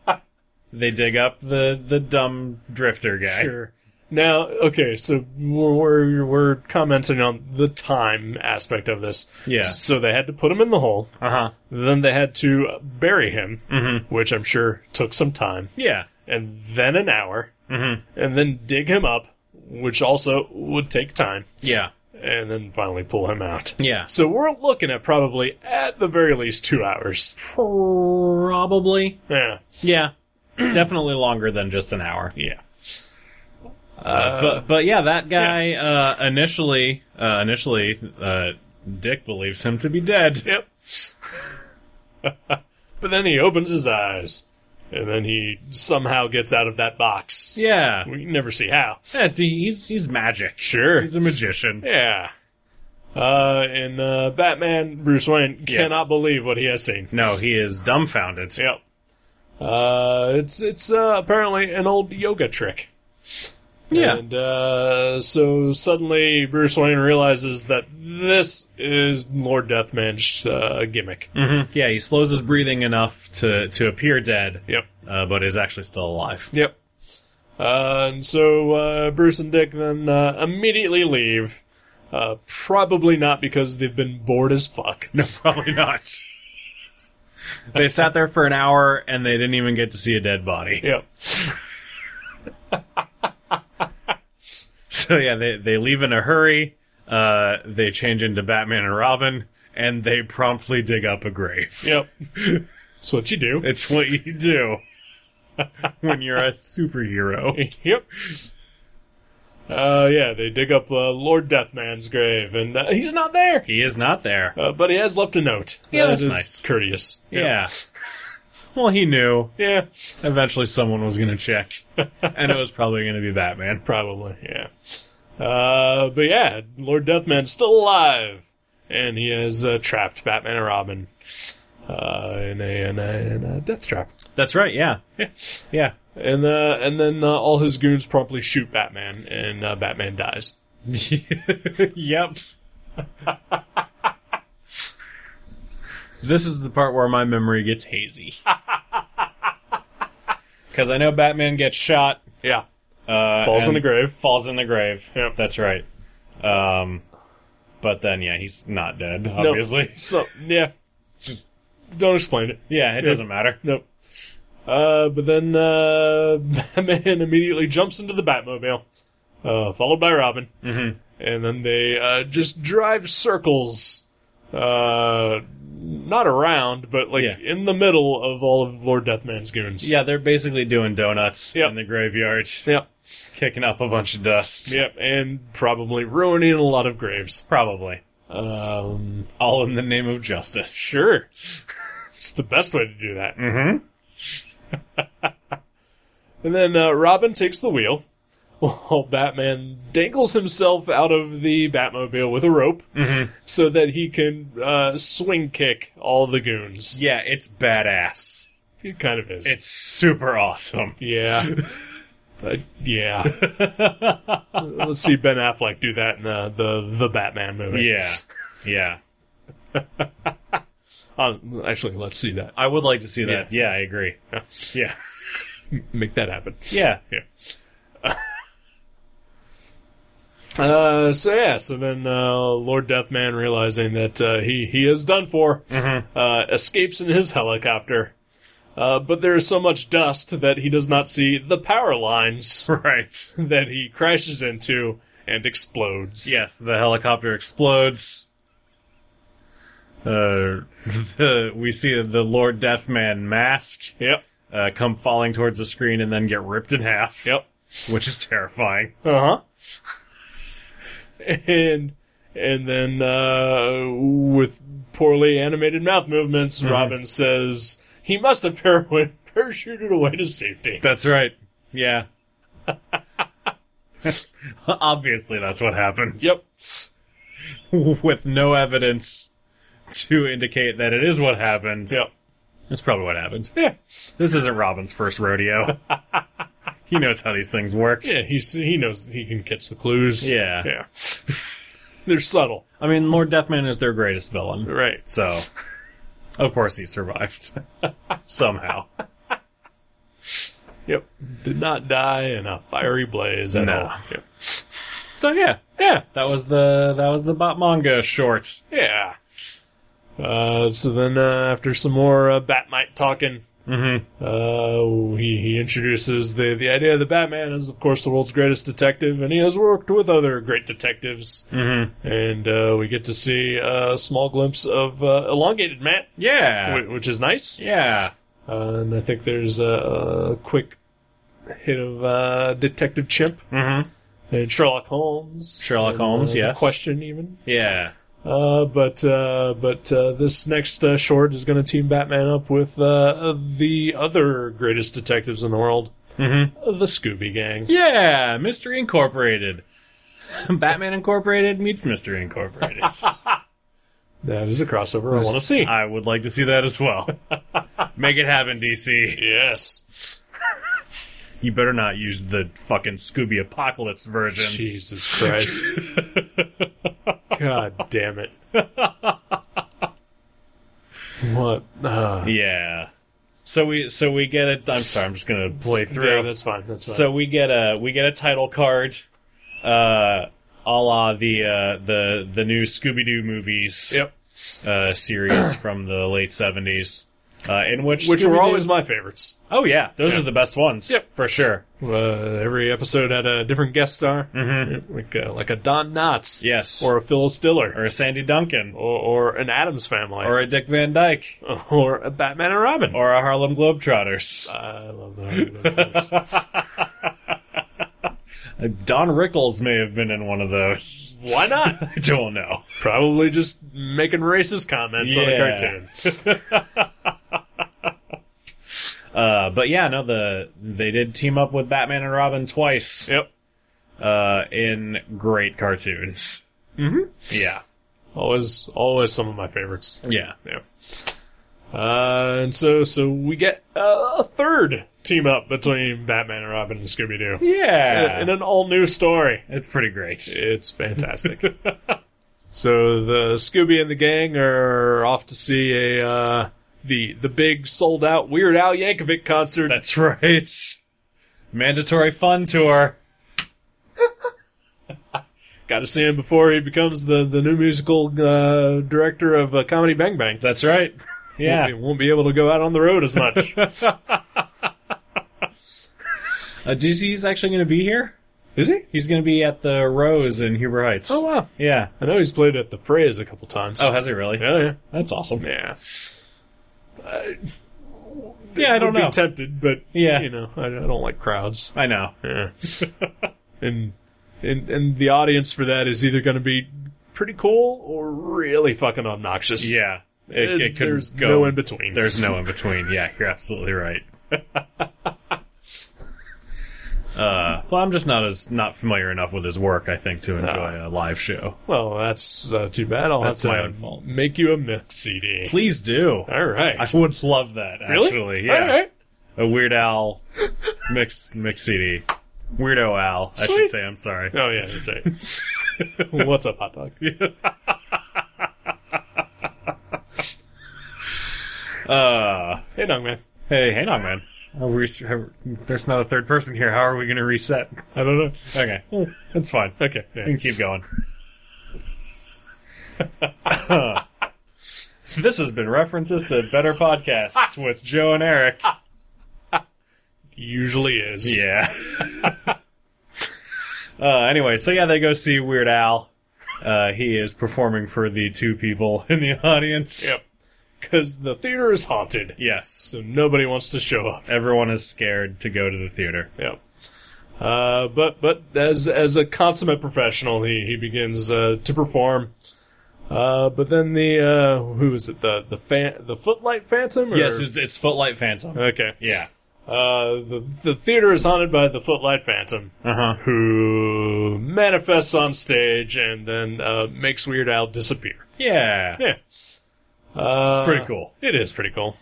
Speaker 2: they dig up the the dumb drifter guy.
Speaker 1: Sure. Now, okay, so we're, we're we're commenting on the time aspect of this.
Speaker 2: Yeah.
Speaker 1: So they had to put him in the hole.
Speaker 2: Uh huh.
Speaker 1: Then they had to bury him, which I'm sure took some time,
Speaker 2: Mm-hmm. Yeah.
Speaker 1: and then an hour, mm-hmm. and then dig him up, which also would take time,
Speaker 2: Yeah.
Speaker 1: and then finally pull him out.
Speaker 2: Yeah.
Speaker 1: So we're looking at probably at the very least two hours.
Speaker 2: Probably.
Speaker 1: Yeah,
Speaker 2: Yeah. [clears throat] Definitely longer than just an hour.
Speaker 1: yeah, Uh,
Speaker 2: but but yeah, that guy Uh, initially uh, initially uh, Dick believes him to be dead. [laughs]
Speaker 1: yep. [laughs] but then he opens his eyes, and then he somehow gets out of that box.
Speaker 2: Yeah.
Speaker 1: We never see how.
Speaker 2: Yeah, d- he's he's magic.
Speaker 1: Sure.
Speaker 2: He's a magician.
Speaker 1: Yeah. Uh, and uh, Batman, Bruce Wayne
Speaker 2: Yes.
Speaker 1: cannot believe what he has seen.
Speaker 2: No, he is dumbfounded.
Speaker 1: Yep. Uh, it's it's uh, apparently an old yoga trick.
Speaker 2: Yeah.
Speaker 1: And uh, so suddenly Bruce Wayne realizes that this is Lord Deathman's uh, gimmick.
Speaker 2: Mhm. Yeah, he slows his breathing enough to to appear dead,
Speaker 1: Yep.
Speaker 2: uh, but is actually still alive. [laughs]
Speaker 1: Yep. Uh, and so uh, Bruce and Dick then uh, immediately leave. Uh, probably not because they've been bored as fuck.
Speaker 2: No, probably not. they sat there for an hour and they didn't even get to see a dead body. [laughs]
Speaker 1: Yep.
Speaker 2: So yeah, they they leave in a hurry. Uh, they change into Batman and Robin, and they promptly dig up a grave.
Speaker 1: Yep. That's what you do.
Speaker 2: [laughs]
Speaker 1: [laughs]
Speaker 2: It's what you do [laughs] when you're
Speaker 1: [laughs]
Speaker 2: a superhero.
Speaker 1: yep. Uh, yeah, they dig up uh, Lord Deathman's grave, and uh, he's not there.
Speaker 2: He is not there.
Speaker 1: Uh, but he has left a note.
Speaker 2: Yeah,
Speaker 1: That
Speaker 2: that's
Speaker 1: is
Speaker 2: nice.
Speaker 1: Courteous.
Speaker 2: Yeah. Well, he knew.
Speaker 1: Yeah.
Speaker 2: Eventually, someone was going to [laughs] check, and it was probably going to be Batman.
Speaker 1: Probably, yeah. Uh, but yeah, Lord Deathman's still alive, and he has uh, trapped Batman and Robin uh, in, a, in, a, in a death trap.
Speaker 2: That's right. [laughs] Yeah. Yeah.
Speaker 1: And uh, and then uh, all his goons promptly shoot Batman, and uh, Batman
Speaker 2: [laughs]
Speaker 1: dies.
Speaker 2: yep. This is the part where my memory gets [laughs] hazy. Because I know Batman gets shot.
Speaker 1: Yeah.
Speaker 2: Uh,
Speaker 1: Falls in
Speaker 2: and
Speaker 1: the grave.
Speaker 2: Falls in the grave.
Speaker 1: Yep.
Speaker 2: That's right. Um, but then, yeah, he's not dead, obviously. [laughs]
Speaker 1: So yeah,
Speaker 2: Just,
Speaker 1: don't explain it.
Speaker 2: yeah, it doesn't matter.
Speaker 1: Nope. Uh, but then uh, [laughs] Batman immediately jumps into the Batmobile, uh, followed by Robin, mm-hmm. and then they uh, just drive circles, uh, not around, but like
Speaker 2: Yeah.
Speaker 1: in the middle of all of Lord Deathman's goons.
Speaker 2: Yeah, they're basically doing donuts
Speaker 1: Yep.
Speaker 2: in the graveyard,
Speaker 1: Yep.
Speaker 2: kicking up a bunch of dust.
Speaker 1: Yep. And probably ruining a lot of graves.
Speaker 2: Probably.
Speaker 1: Um,
Speaker 2: All in the name of justice.
Speaker 1: sure. [laughs] it's the best way to do that.
Speaker 2: Mm hmm.
Speaker 1: And then uh, Robin takes the wheel [laughs] while Batman dangles himself out of the Batmobile with a rope
Speaker 2: Mm-hmm.
Speaker 1: so that he can uh, swing kick all the goons.
Speaker 2: Yeah, it's badass.
Speaker 1: It kind of is.
Speaker 2: It's super awesome.
Speaker 1: yeah.
Speaker 2: [laughs]
Speaker 1: Uh, yeah. Let's see Ben Affleck do that in uh, the the Batman movie.
Speaker 2: Yeah. Yeah.
Speaker 1: Uh, actually, let's see that.
Speaker 2: I would like to see that. Yeah, I agree. [laughs] Yeah.
Speaker 1: Make that happen.
Speaker 2: Yeah.
Speaker 1: Uh, so yeah, so then uh, Lord Deathman, realizing that uh, he he is done for, uh, escapes in his helicopter. Uh, but there is so much dust that he does not see the power lines [laughs]
Speaker 2: [laughs] Right.
Speaker 1: that he crashes into and explodes.
Speaker 2: Yes, the helicopter explodes. Uh, [laughs] the, we see the Lord Deathman mask
Speaker 1: Yep.
Speaker 2: uh, come falling towards the screen and then get ripped in half.
Speaker 1: Yep.
Speaker 2: [laughs] Which is terrifying.
Speaker 1: Uh huh. [laughs] and and then uh, with poorly animated mouth movements, Robin says he must have [laughs] parachute- parachuted away to safety.
Speaker 2: That's right. Yeah. [laughs] That's- obviously, that's what happens.
Speaker 1: Yep.
Speaker 2: [laughs] With no evidence to indicate that it is what happened.
Speaker 1: Yep.
Speaker 2: That's probably what happened.
Speaker 1: Yeah.
Speaker 2: This isn't Robin's first rodeo. he knows how these things work.
Speaker 1: Yeah, he's he knows he can catch the clues.
Speaker 2: Yeah.
Speaker 1: yeah. [laughs] They're subtle,
Speaker 2: I mean, Lord Deathman is their greatest villain.
Speaker 1: right?
Speaker 2: So, of course he survived. [laughs] Somehow.
Speaker 1: Yep. Did not die in a fiery blaze at
Speaker 2: No.
Speaker 1: all. Yep.
Speaker 2: So yeah,
Speaker 1: Yeah,
Speaker 2: that was the, that was the Bot Manga short.
Speaker 1: yeah. Uh, so then, uh, after some more uh, Batmite talking,
Speaker 2: Mm-hmm.
Speaker 1: uh, he he introduces the the idea that Batman is, of course, the world's greatest detective, and he has worked with other great detectives. Mm-hmm. And uh, we get to see a small glimpse of uh, elongated Matt,
Speaker 2: Yeah.
Speaker 1: whi- which is nice.
Speaker 2: Yeah.
Speaker 1: Uh, and I think there's a, a quick hit of uh, Detective Chimp
Speaker 2: Mm-hmm.
Speaker 1: and Sherlock Holmes.
Speaker 2: Sherlock
Speaker 1: And, uh,
Speaker 2: Holmes,
Speaker 1: the
Speaker 2: yes.
Speaker 1: Question even.
Speaker 2: Yeah.
Speaker 1: Uh, but uh, but uh, this next uh, short is going to team Batman up with uh, the other greatest detectives in the world,
Speaker 2: Mm-hmm.
Speaker 1: uh, the Scooby Gang.
Speaker 2: Yeah. Mystery Incorporated. [laughs] Batman Incorporated meets Mystery Incorporated.
Speaker 1: That is a crossover I want to see.
Speaker 2: [laughs] I would like to see that
Speaker 1: [laughs]
Speaker 2: as well. Make it happen, DC.
Speaker 1: Yes.
Speaker 2: You better not use the fucking Scooby Apocalypse versions.
Speaker 1: Jesus Christ.
Speaker 2: [laughs]
Speaker 1: God damn it. What? Uh,
Speaker 2: Yeah. So we so we get it. I'm sorry. I'm just gonna play
Speaker 1: yeah,
Speaker 2: through.
Speaker 1: that's fine. That's fine.
Speaker 2: so we get a we get a title card, uh, a la the uh, the the new Scooby Doo movies.
Speaker 1: yep. [clears throat]
Speaker 2: Uh, series from the late 70s, uh, in which
Speaker 1: which were
Speaker 2: Scooby-Doo-
Speaker 1: always my favorites.
Speaker 2: oh yeah, those are the best ones.
Speaker 1: Yep.
Speaker 2: for sure.
Speaker 1: Uh, every episode had a different guest star,
Speaker 2: Hmm.
Speaker 1: mm-hmm. like a, like a Don Knotts,
Speaker 2: Yes.
Speaker 1: or a Phyllis Diller,
Speaker 2: Or a Sandy Duncan,
Speaker 1: or, or an Adams Family,
Speaker 2: or a Dick Van Dyke,
Speaker 1: [laughs] or a Batman and Robin.
Speaker 2: or a Harlem Globetrotters.
Speaker 1: I love that. [laughs]
Speaker 2: Uh, Don Rickles may have been in one of those. [laughs]
Speaker 1: Why not?
Speaker 2: I don't know.
Speaker 1: Probably just making racist comments on a
Speaker 2: Yeah.
Speaker 1: cartoon.
Speaker 2: Uh, but yeah, no, the they did team up with Batman and Robin twice
Speaker 1: Yep,
Speaker 2: uh, in great cartoons. Mm-hmm. Yeah,
Speaker 1: always always some of my favorites.
Speaker 2: yeah,
Speaker 1: Yeah. Uh, and so so we get uh, a third team up between Batman and Robin and Scooby Doo
Speaker 2: yeah.
Speaker 1: in an all new story.
Speaker 2: it's pretty great. [laughs]
Speaker 1: It's fantastic. So the Scooby and the gang are off to see a uh, the the big sold out Weird Al Yankovic concert.
Speaker 2: That's [laughs] right. Mandatory fun tour.
Speaker 1: Got to see him before he becomes the the new musical uh, director of uh, Comedy Bang Bang.
Speaker 2: That's right. [laughs]
Speaker 1: Won't [laughs]
Speaker 2: Yeah.
Speaker 1: be, won't be able to go out on the road as
Speaker 2: [laughs]
Speaker 1: much.
Speaker 2: Uh, do you see he's actually going to be here?
Speaker 1: Is he?
Speaker 2: He's going to be at the Rose in Huber Heights.
Speaker 1: Oh wow!
Speaker 2: Yeah.
Speaker 1: I know he's played at the Frays a couple times.
Speaker 2: Oh, has he really?
Speaker 1: yeah, yeah,
Speaker 2: That's awesome.
Speaker 1: yeah.
Speaker 2: Yeah, I don't
Speaker 1: Would be
Speaker 2: know.
Speaker 1: tempted, but
Speaker 2: Yeah.
Speaker 1: you know, I, I don't like crowds.
Speaker 2: I know.
Speaker 1: Yeah. [laughs] and and and the audience for that is either going to be pretty cool or really fucking obnoxious.
Speaker 2: Yeah. It, it could
Speaker 1: there's
Speaker 2: go.
Speaker 1: no in between.
Speaker 2: There's no in between. Yeah, you're absolutely right. [laughs] uh, well, I'm just not as not familiar enough with his work, I think, to enjoy a live show.
Speaker 1: well, that's uh, too bad. I'll
Speaker 2: That's
Speaker 1: have to
Speaker 2: my own fault.
Speaker 1: make you a mix CD.
Speaker 2: Please do.
Speaker 1: All right.
Speaker 2: I would love that.
Speaker 1: really?
Speaker 2: Actually, yeah.
Speaker 1: All right.
Speaker 2: A Weird Al mix mix CD. Weirdo Al, I
Speaker 1: Sweet.
Speaker 2: should say. I'm sorry.
Speaker 1: Oh yeah, that's right. [laughs] What's up, hot dog?
Speaker 2: Uh,
Speaker 1: Hey, dog man.
Speaker 2: hey, hang on, man. Are we- are- there's not a third person here. How are we going to reset?
Speaker 1: I don't know.
Speaker 2: Okay, that's fine.
Speaker 1: Okay.
Speaker 2: We
Speaker 1: Yeah.
Speaker 2: can keep going. [laughs] this has been references to better podcasts [laughs] with Joe and Eric.
Speaker 1: Usually is.
Speaker 2: Yeah. [laughs] uh, anyway, so yeah, they go see Weird Al. Uh, he is performing for the two people in the audience.
Speaker 1: Yep. Because the theater is haunted,
Speaker 2: Yes.
Speaker 1: so nobody wants to show up.
Speaker 2: Everyone is scared to go to the theater.
Speaker 1: Yep. Uh, but but as as a consummate professional, he he begins uh, to perform. Uh, but then the uh, who is it the the fan, the footlight phantom? Or?
Speaker 2: Yes, it's, it's Footlight Phantom.
Speaker 1: okay.
Speaker 2: Yeah.
Speaker 1: Uh, the the theater is haunted by the footlight phantom,
Speaker 2: Uh huh.
Speaker 1: who manifests on stage and then uh, makes Weird Al disappear.
Speaker 2: Yeah.
Speaker 1: Yeah, uh, it's
Speaker 2: Pretty cool.
Speaker 1: It is pretty cool.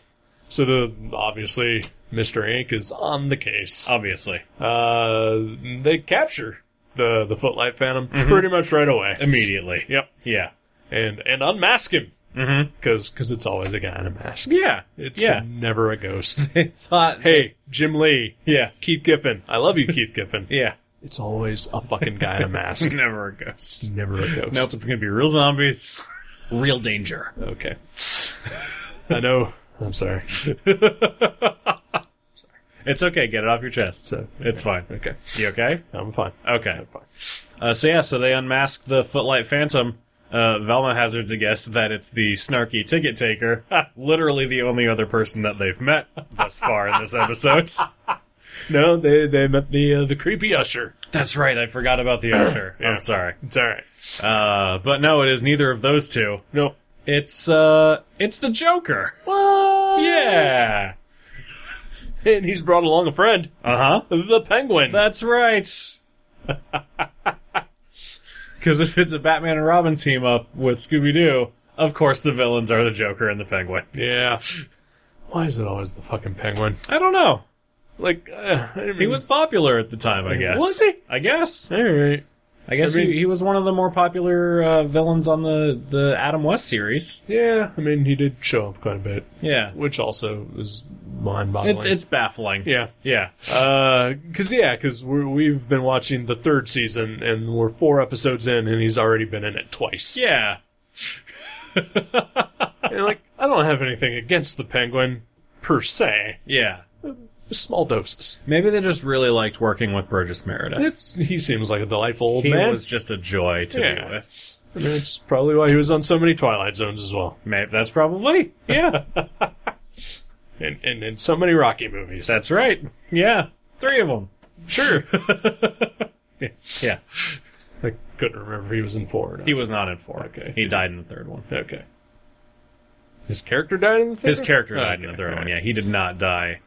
Speaker 1: So the obviously Mr. Ink is on the case.
Speaker 2: Obviously.
Speaker 1: Uh, they capture the the Footlight Phantom pretty much right away.
Speaker 2: Immediately.
Speaker 1: Yep,
Speaker 2: Yeah.
Speaker 1: and and unmask him
Speaker 2: Mm hmm.
Speaker 1: because it's always a guy in a mask.
Speaker 2: Yeah.
Speaker 1: It's
Speaker 2: yeah.
Speaker 1: never a ghost. [laughs]
Speaker 2: They thought.
Speaker 1: hey, Jim Lee,
Speaker 2: Yeah.
Speaker 1: Keith Giffen, I love you, Keith Giffen.
Speaker 2: Yeah.
Speaker 1: [laughs] It's always a fucking guy in a mask. [laughs]
Speaker 2: It's [laughs] never a ghost.
Speaker 1: never a ghost.
Speaker 2: Nope, it's gonna be real zombies. [laughs] Real danger.
Speaker 1: Okay. [laughs] I know. I'm sorry.
Speaker 2: It's okay, get it off your chest.
Speaker 1: So,
Speaker 2: It's fine.
Speaker 1: Okay,
Speaker 2: You okay?
Speaker 1: I'm fine.
Speaker 2: Okay.
Speaker 1: I'm fine.
Speaker 2: Uh, so yeah, so they unmask the Footlight Phantom. Uh, Velma hazards a guess that it's the snarky ticket taker, [laughs] literally the only other person that they've met thus far in this [laughs] episode.
Speaker 1: No, they they met the uh, the creepy usher.
Speaker 2: That's right, I forgot about the [coughs] usher.
Speaker 1: Yeah.
Speaker 2: I'm sorry.
Speaker 1: It's all right.
Speaker 2: Uh, but no, it is neither of those two.
Speaker 1: No.
Speaker 2: It's, uh, it's the Joker.
Speaker 1: What?
Speaker 2: Yeah.
Speaker 1: And he's brought along a friend,
Speaker 2: Uh huh.
Speaker 1: the Penguin.
Speaker 2: That's right. [laughs] Because if it's a Batman and Robin team up with Scooby Doo, of course the villains are the Joker and the Penguin. [laughs]
Speaker 1: Yeah. Why is it always the fucking penguin?
Speaker 2: I don't know.
Speaker 1: Like, uh, I mean,
Speaker 2: He was popular at the time, I guess.
Speaker 1: Was he?
Speaker 2: I guess.
Speaker 1: all right.
Speaker 2: I guess
Speaker 1: I mean-
Speaker 2: he, he was one of the more popular uh, villains on the, the Adam West series.
Speaker 1: Yeah, I mean, he did show up quite a bit,
Speaker 2: Yeah.
Speaker 1: which also is mind-boggling.
Speaker 2: It, it's baffling.
Speaker 1: yeah,
Speaker 2: Yeah.
Speaker 1: because yeah, because we've been watching the third season and we're four episodes in, and he's already been in it twice.
Speaker 2: Yeah.
Speaker 1: And, like, I don't have anything against the Penguin per se,
Speaker 2: Yeah.
Speaker 1: small doses.
Speaker 2: Maybe they just really liked working with Burgess Meredith.
Speaker 1: It's he seems like a delightful old
Speaker 2: He
Speaker 1: man.
Speaker 2: was just a joy to
Speaker 1: Yeah.
Speaker 2: be with.
Speaker 1: I mean, it's probably why he was on so many Twilight Zones as well,
Speaker 2: Maybe, that's probably. Yeah.
Speaker 1: [laughs] and and, and so many Rocky movies.
Speaker 2: That's right. Yeah, three of them.
Speaker 1: sure.
Speaker 2: Yeah,
Speaker 1: [laughs] I couldn't remember if he was in four. Or not.
Speaker 2: he was not in four.
Speaker 1: Okay.
Speaker 2: he died in the third one.
Speaker 1: okay. His character died in the theater.
Speaker 2: His character
Speaker 1: Oh,
Speaker 2: died in
Speaker 1: okay.
Speaker 2: the third one.
Speaker 1: Alright.
Speaker 2: Yeah, he did not die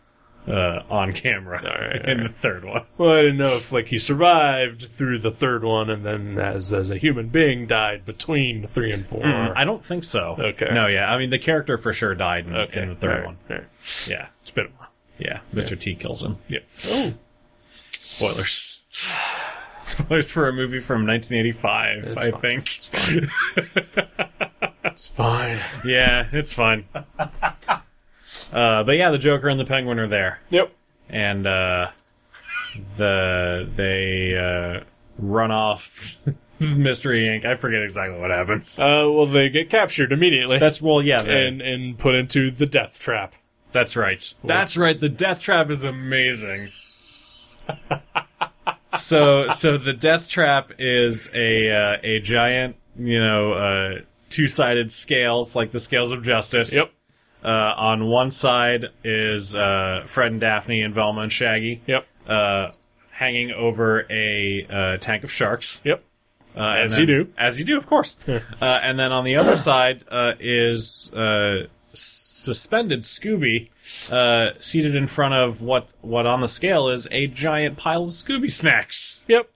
Speaker 2: uh, on camera [laughs]
Speaker 1: Alright,
Speaker 2: in
Speaker 1: alright.
Speaker 2: the third one.
Speaker 1: Well, I didn't know if like he survived through the third one, and then as as a human being died between three and four.
Speaker 2: Mm, I don't think so.
Speaker 1: Okay.
Speaker 2: No, yeah, I mean the character for sure died in,
Speaker 1: okay.
Speaker 2: in the third
Speaker 1: Alright,
Speaker 2: one.
Speaker 1: alright.
Speaker 2: Yeah,
Speaker 1: It's been a while.
Speaker 2: yeah. Mr. T kills him.
Speaker 1: Yeah. Oh.
Speaker 2: Spoilers. [sighs] Spoilers for a movie from 1985,
Speaker 1: It's
Speaker 2: I
Speaker 1: fine.
Speaker 2: think.
Speaker 1: It's fine.
Speaker 2: [laughs] yeah,
Speaker 1: [laughs]
Speaker 2: it's fine. Uh, but yeah, the Joker and the Penguin are there,
Speaker 1: Yep.
Speaker 2: and uh, the they uh, run off. [laughs] this is Mystery Inc. I forget exactly what happens.
Speaker 1: Uh, well, they get captured immediately
Speaker 2: That's well, yeah, they-
Speaker 1: and and put into the death trap.
Speaker 2: That's right. That's right. The death trap is amazing. [laughs] so so the death trap is a uh, a giant, you know, uh, two sided scales like the scales of justice.
Speaker 1: Yep.
Speaker 2: Uh, on one side is uh, Fred and Daphne and Velma and Shaggy.
Speaker 1: Yep.
Speaker 2: Uh, hanging over a uh, tank of sharks.
Speaker 1: Yep.
Speaker 2: Uh, and
Speaker 1: As
Speaker 2: then-
Speaker 1: you do.
Speaker 2: As you do, of
Speaker 1: [laughs]
Speaker 2: course. Uh, and then on the other side uh, is uh, suspended Scooby, uh, seated in front of what what on the scale is a giant pile of Scooby snacks.
Speaker 1: Yep.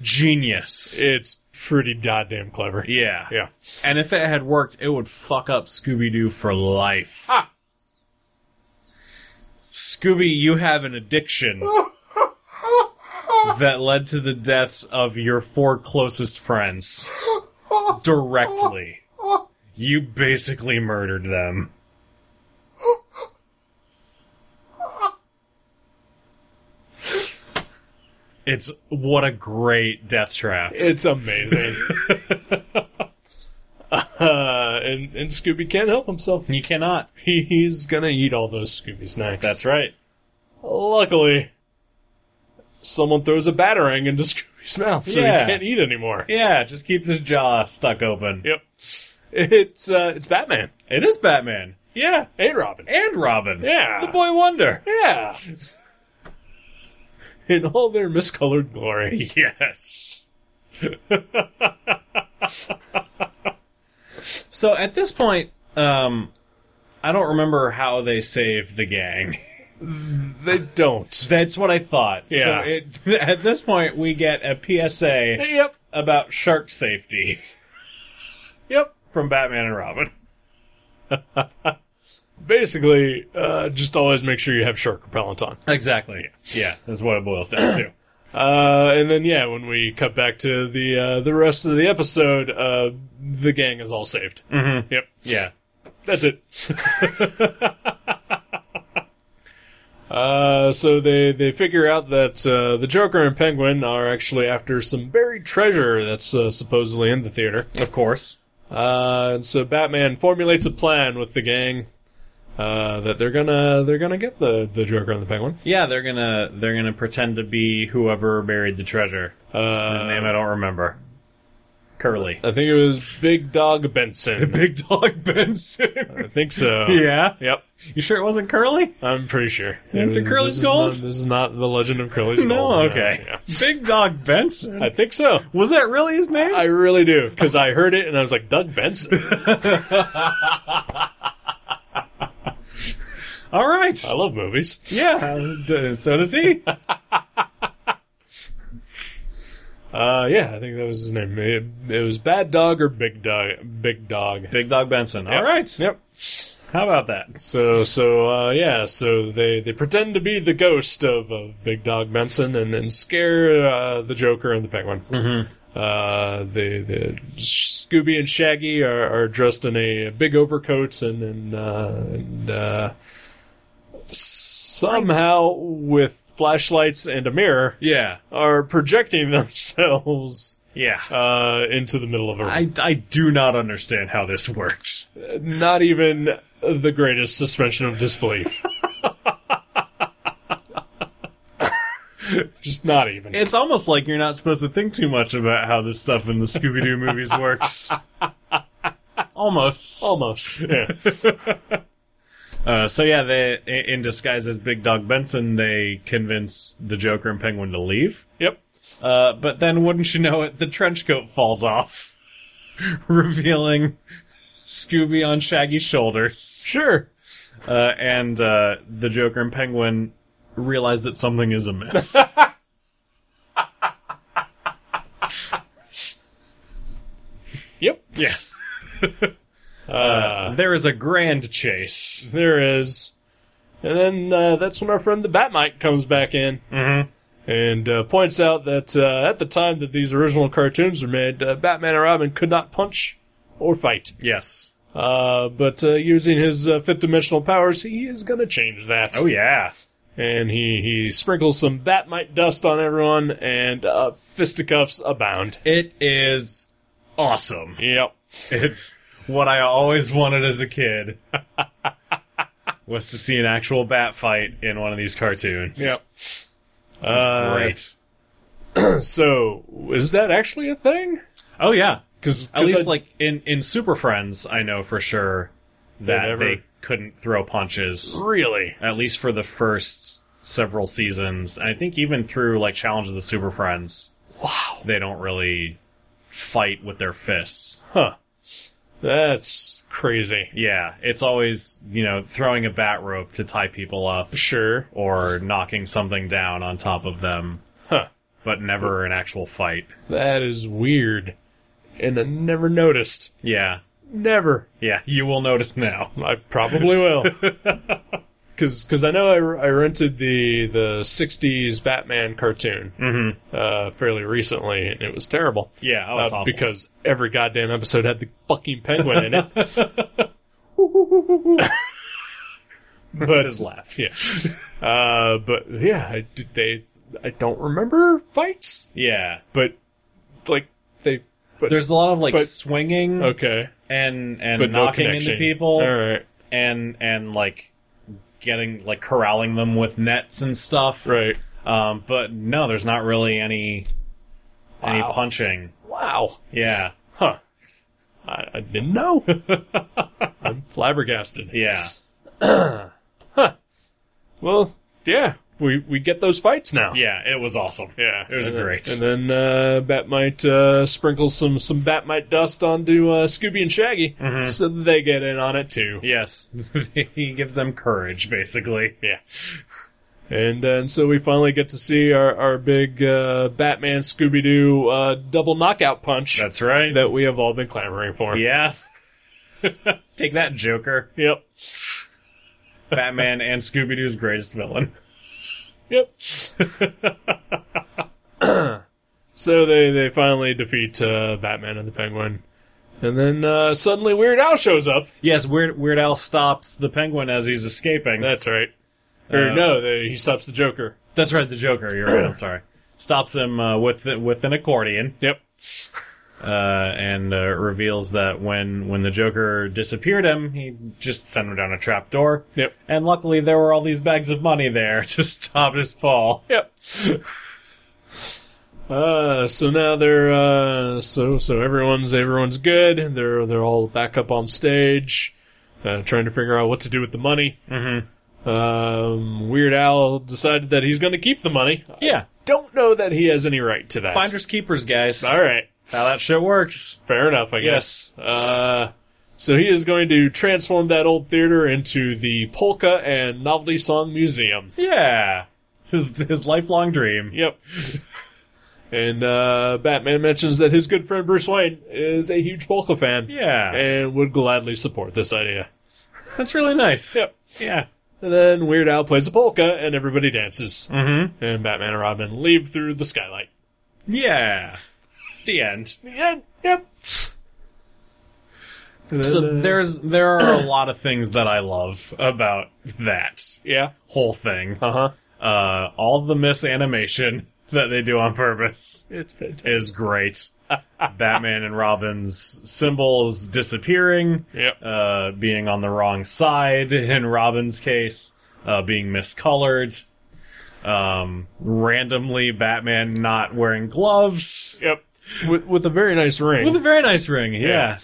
Speaker 2: Genius.
Speaker 1: It's pretty goddamn clever.
Speaker 2: yeah.
Speaker 1: Yeah.
Speaker 2: And if it had worked, it would fuck up Scooby Doo for life.
Speaker 1: Ah.
Speaker 2: Scooby, you have an addiction that led to the deaths of your four closest friends directly. You basically murdered them. It's what a great death trap.
Speaker 1: It's
Speaker 2: [laughs]
Speaker 1: amazing. uh, and and Scooby can't help himself.
Speaker 2: You cannot.
Speaker 1: He, he's gonna eat all those Scooby snacks.
Speaker 2: That's right.
Speaker 1: luckily someone throws a batarang into [laughs] Scooby's mouth, so
Speaker 2: Yeah.
Speaker 1: he can't eat anymore.
Speaker 2: Yeah, just keeps his jaw stuck open.
Speaker 1: Yep. It's uh, it's Batman
Speaker 2: It is Batman. Yeah,
Speaker 1: and Robin.
Speaker 2: and Robin.
Speaker 1: Yeah.
Speaker 2: The Boy Wonder.
Speaker 1: Yeah. In all their miscolored glory.
Speaker 2: Yes. [laughs] so at this point, um, I don't remember how they saved the gang. [laughs]
Speaker 1: They don't.
Speaker 2: That's what I thought.
Speaker 1: Yeah.
Speaker 2: So it, [laughs] at this point, we get a PSA
Speaker 1: yep.
Speaker 2: about shark safety [laughs]
Speaker 1: Yep.
Speaker 2: from Batman and Robin.
Speaker 1: Basically, uh, just always make sure you have shark repellent on.
Speaker 2: Exactly. Yeah, that's what it boils down to.
Speaker 1: Uh, and then, yeah, when we cut back to the uh, the rest of the episode, uh, the gang is all saved. Mm-hmm. Yep.
Speaker 2: Yeah.
Speaker 1: That's it. [laughs] uh, so they, they figure out that uh, the Joker and Penguin are actually after some buried treasure that's uh, supposedly in the theater.
Speaker 2: Of course.
Speaker 1: Uh, and so Batman formulates a plan with the gang uh, that they're gonna they're gonna get the, the Joker and the Penguin.
Speaker 2: Yeah, they're gonna they're gonna pretend to be whoever buried the treasure. His
Speaker 1: Uh,
Speaker 2: name I don't remember. Curly.
Speaker 1: I think it was Big Dog Benson.
Speaker 2: Big Dog [laughs] Benson.
Speaker 1: I think so.
Speaker 2: [laughs] yeah.
Speaker 1: Yep.
Speaker 2: You sure it wasn't Curly?
Speaker 1: I'm pretty sure.
Speaker 2: After
Speaker 1: It was- this
Speaker 2: Curly's
Speaker 1: is not-
Speaker 2: Gold?
Speaker 1: this is not the Legend of
Speaker 2: [laughs]
Speaker 1: Curly's Gold.
Speaker 2: No. Okay.
Speaker 1: yeah.
Speaker 2: [laughs] Big Dog Benson.
Speaker 1: I think so.
Speaker 2: Was that really his name?
Speaker 1: I really do because I heard it and I was like, Doug Benson.
Speaker 2: All right.
Speaker 1: I love movies.
Speaker 2: [laughs] Yeah. d- So does [laughs] he.
Speaker 1: Uh, yeah, I think that was his name. It, it was Bad Dog or Big Dog. Big Dog.
Speaker 2: Big Dog Benson. All
Speaker 1: Yep.
Speaker 2: right.
Speaker 1: Yep.
Speaker 2: How about that?
Speaker 1: So so uh, yeah. So they they pretend to be the ghost of, of Big Dog Benson and and scare uh, the Joker and the Penguin. Mm-hmm. Uh, the the Scooby and Shaggy are, are dressed in a big overcoats and and uh, and uh, somehow with flashlights and a mirror.
Speaker 2: Yeah.
Speaker 1: are projecting [laughs] themselves
Speaker 2: Yeah.
Speaker 1: uh, into the middle of a room.
Speaker 2: I I do not understand how this works.
Speaker 1: Not even the greatest suspension of
Speaker 2: [laughs]
Speaker 1: disbelief. Just not even.
Speaker 2: It's almost like you're not supposed to think too much about how this stuff in the Scooby Doo movies works. almost. [laughs]
Speaker 1: Almost. Yeah.
Speaker 2: Uh, so yeah, they i- in disguise as Big Dog Benson, they convince the Joker and Penguin to leave.
Speaker 1: yep.
Speaker 2: Uh, but then, wouldn't you know it, the trench coat falls off, [laughs] revealing Scooby on Shaggy's shoulders.
Speaker 1: Sure.
Speaker 2: Uh, and uh, the Joker and Penguin realize that something is amiss.
Speaker 1: Yep.
Speaker 2: [laughs] yes,
Speaker 1: Uh,
Speaker 2: there is a grand chase.
Speaker 1: there is. And then uh, that's when our friend the Batmite comes back in.
Speaker 2: Mm-hmm.
Speaker 1: and uh, points out that uh, at the time that these original cartoons were made, uh, Batman and Robin could not punch or fight.
Speaker 2: Yes.
Speaker 1: Uh, but uh, using his uh, fifth dimensional powers, he is going to change that.
Speaker 2: Oh yeah.
Speaker 1: And he, he sprinkles some Batmite dust on everyone, and uh, fisticuffs abound.
Speaker 2: It is awesome.
Speaker 1: Yep.
Speaker 2: It's what I always wanted as a [laughs] kid. was to see an actual bat fight in one of these cartoons.
Speaker 1: Yep. Uh,
Speaker 2: Great.
Speaker 1: So, is that actually a thing?
Speaker 2: Oh yeah.
Speaker 1: Because
Speaker 2: At least like in in Super Friends, I know for sure that
Speaker 1: never-
Speaker 2: they couldn't throw punches.
Speaker 1: really,
Speaker 2: At least for the first several seasons. And I think even through like Challenge of the Super Friends. Wow. They don't really fight with their fists.
Speaker 1: huh? That's crazy.
Speaker 2: Yeah, it's always, you know, throwing a bat rope to tie people up
Speaker 1: Sure.
Speaker 2: or knocking something down on top of them,
Speaker 1: Huh.
Speaker 2: but never an actual fight.
Speaker 1: That is weird, and I never noticed.
Speaker 2: Yeah.
Speaker 1: Never.
Speaker 2: Yeah, you will notice now. [laughs]
Speaker 1: I probably [laughs] will. Because I know I, I rented the the '60s Batman cartoon uh, fairly recently, and it was terrible.
Speaker 2: Yeah, Mm-hmm. oh, it's
Speaker 1: Uh,
Speaker 2: awful.
Speaker 1: because every goddamn episode had the fucking penguin in
Speaker 2: [laughs]
Speaker 1: it. [laughs]
Speaker 2: That's
Speaker 1: but
Speaker 2: his laugh.
Speaker 1: yeah, uh, but yeah, I, did they I don't remember fights,
Speaker 2: Yeah.
Speaker 1: but like they but
Speaker 2: There's a lot of like
Speaker 1: But-
Speaker 2: swinging
Speaker 1: okay,
Speaker 2: and and
Speaker 1: but no
Speaker 2: knocking into
Speaker 1: connection.
Speaker 2: people
Speaker 1: All right,
Speaker 2: and and like getting like corralling them with nets and stuff.
Speaker 1: right,
Speaker 2: Um but no, there's not really any any
Speaker 1: Wow.
Speaker 2: punching.
Speaker 1: wow,
Speaker 2: Yeah.
Speaker 1: huh? I, I didn't [laughs] know. I'm flabbergasted.
Speaker 2: Yeah.
Speaker 1: Well, yeah, we we get those fights now.
Speaker 2: Yeah, it was awesome.
Speaker 1: Yeah,
Speaker 2: It was
Speaker 1: and
Speaker 2: great.
Speaker 1: Then, and then uh, Batmite uh, sprinkles some some Batmite dust onto uh, Scooby and Shaggy, so that they get in on it too.
Speaker 2: Yes, [laughs] he gives them courage, basically.
Speaker 1: Yeah. And then so we finally get to see our our big uh, Batman Scooby Doo uh, double knockout punch
Speaker 2: That's right.
Speaker 1: that we have all been clamoring for.
Speaker 2: yeah. [laughs] Take that, Joker.
Speaker 1: Yep.
Speaker 2: Batman and Scooby Doo's greatest villain.
Speaker 1: Yep. [clears throat] so they they finally defeat uh, Batman and the Penguin, and then uh, suddenly Weird Al shows up.
Speaker 2: Yes, Weird Weird Al stops the Penguin as he's escaping.
Speaker 1: That's right. Or
Speaker 2: Uh,
Speaker 1: no, they, he stops the Joker.
Speaker 2: That's right, the Joker. You're right. I'm sorry. Stops him uh, with with an accordion
Speaker 1: Yep.
Speaker 2: uh, and uh, reveals that when when the Joker disappeared him, he just sent him down a trap door.
Speaker 1: Yep.
Speaker 2: And luckily, there were all these bags of money there [laughs] to stop his fall.
Speaker 1: Yep. [laughs] uh, so now they're uh, so so everyone's everyone's good. They're they're all back up on stage, uh, trying to figure out what to do with the money. Mm-hmm. Um, Weird Al decided that he's going to keep the money.
Speaker 2: Yeah,
Speaker 1: Don't know that he has any right to that.
Speaker 2: finders keepers, guys.
Speaker 1: all right,
Speaker 2: That's how that shit works.
Speaker 1: fair enough, I guess. Uh, so he is going to transform that old theater into the polka and novelty song museum.
Speaker 2: Yeah. It's his, his lifelong dream. [laughs]
Speaker 1: Yep. and uh, Batman mentions that his good friend Bruce Wayne is a huge Polka fan
Speaker 2: Yeah.
Speaker 1: and would gladly support this idea.
Speaker 2: That's really nice.
Speaker 1: Yep.
Speaker 2: Yeah.
Speaker 1: And then Weird Al plays a polka and everybody dances.
Speaker 2: Mm-hmm.
Speaker 1: And Batman and Robin leave through the skylight.
Speaker 2: Yeah. The end.
Speaker 1: The end. Yep. And then,
Speaker 2: So
Speaker 1: uh,
Speaker 2: there's there [clears throat] are a lot of things that I love about that
Speaker 1: Yeah.
Speaker 2: whole thing.
Speaker 1: Uh huh.
Speaker 2: Uh, all the misanimation [laughs] that they do on purpose
Speaker 1: It's fantastic.
Speaker 2: is great. Batman and Robin's symbols disappearing.
Speaker 1: Yep.
Speaker 2: uh, being on the wrong side in Robin's case, uh, being miscolored, um, randomly Batman not wearing gloves
Speaker 1: Yep. With, with a very nice ring.
Speaker 2: with a very nice ring. Yeah,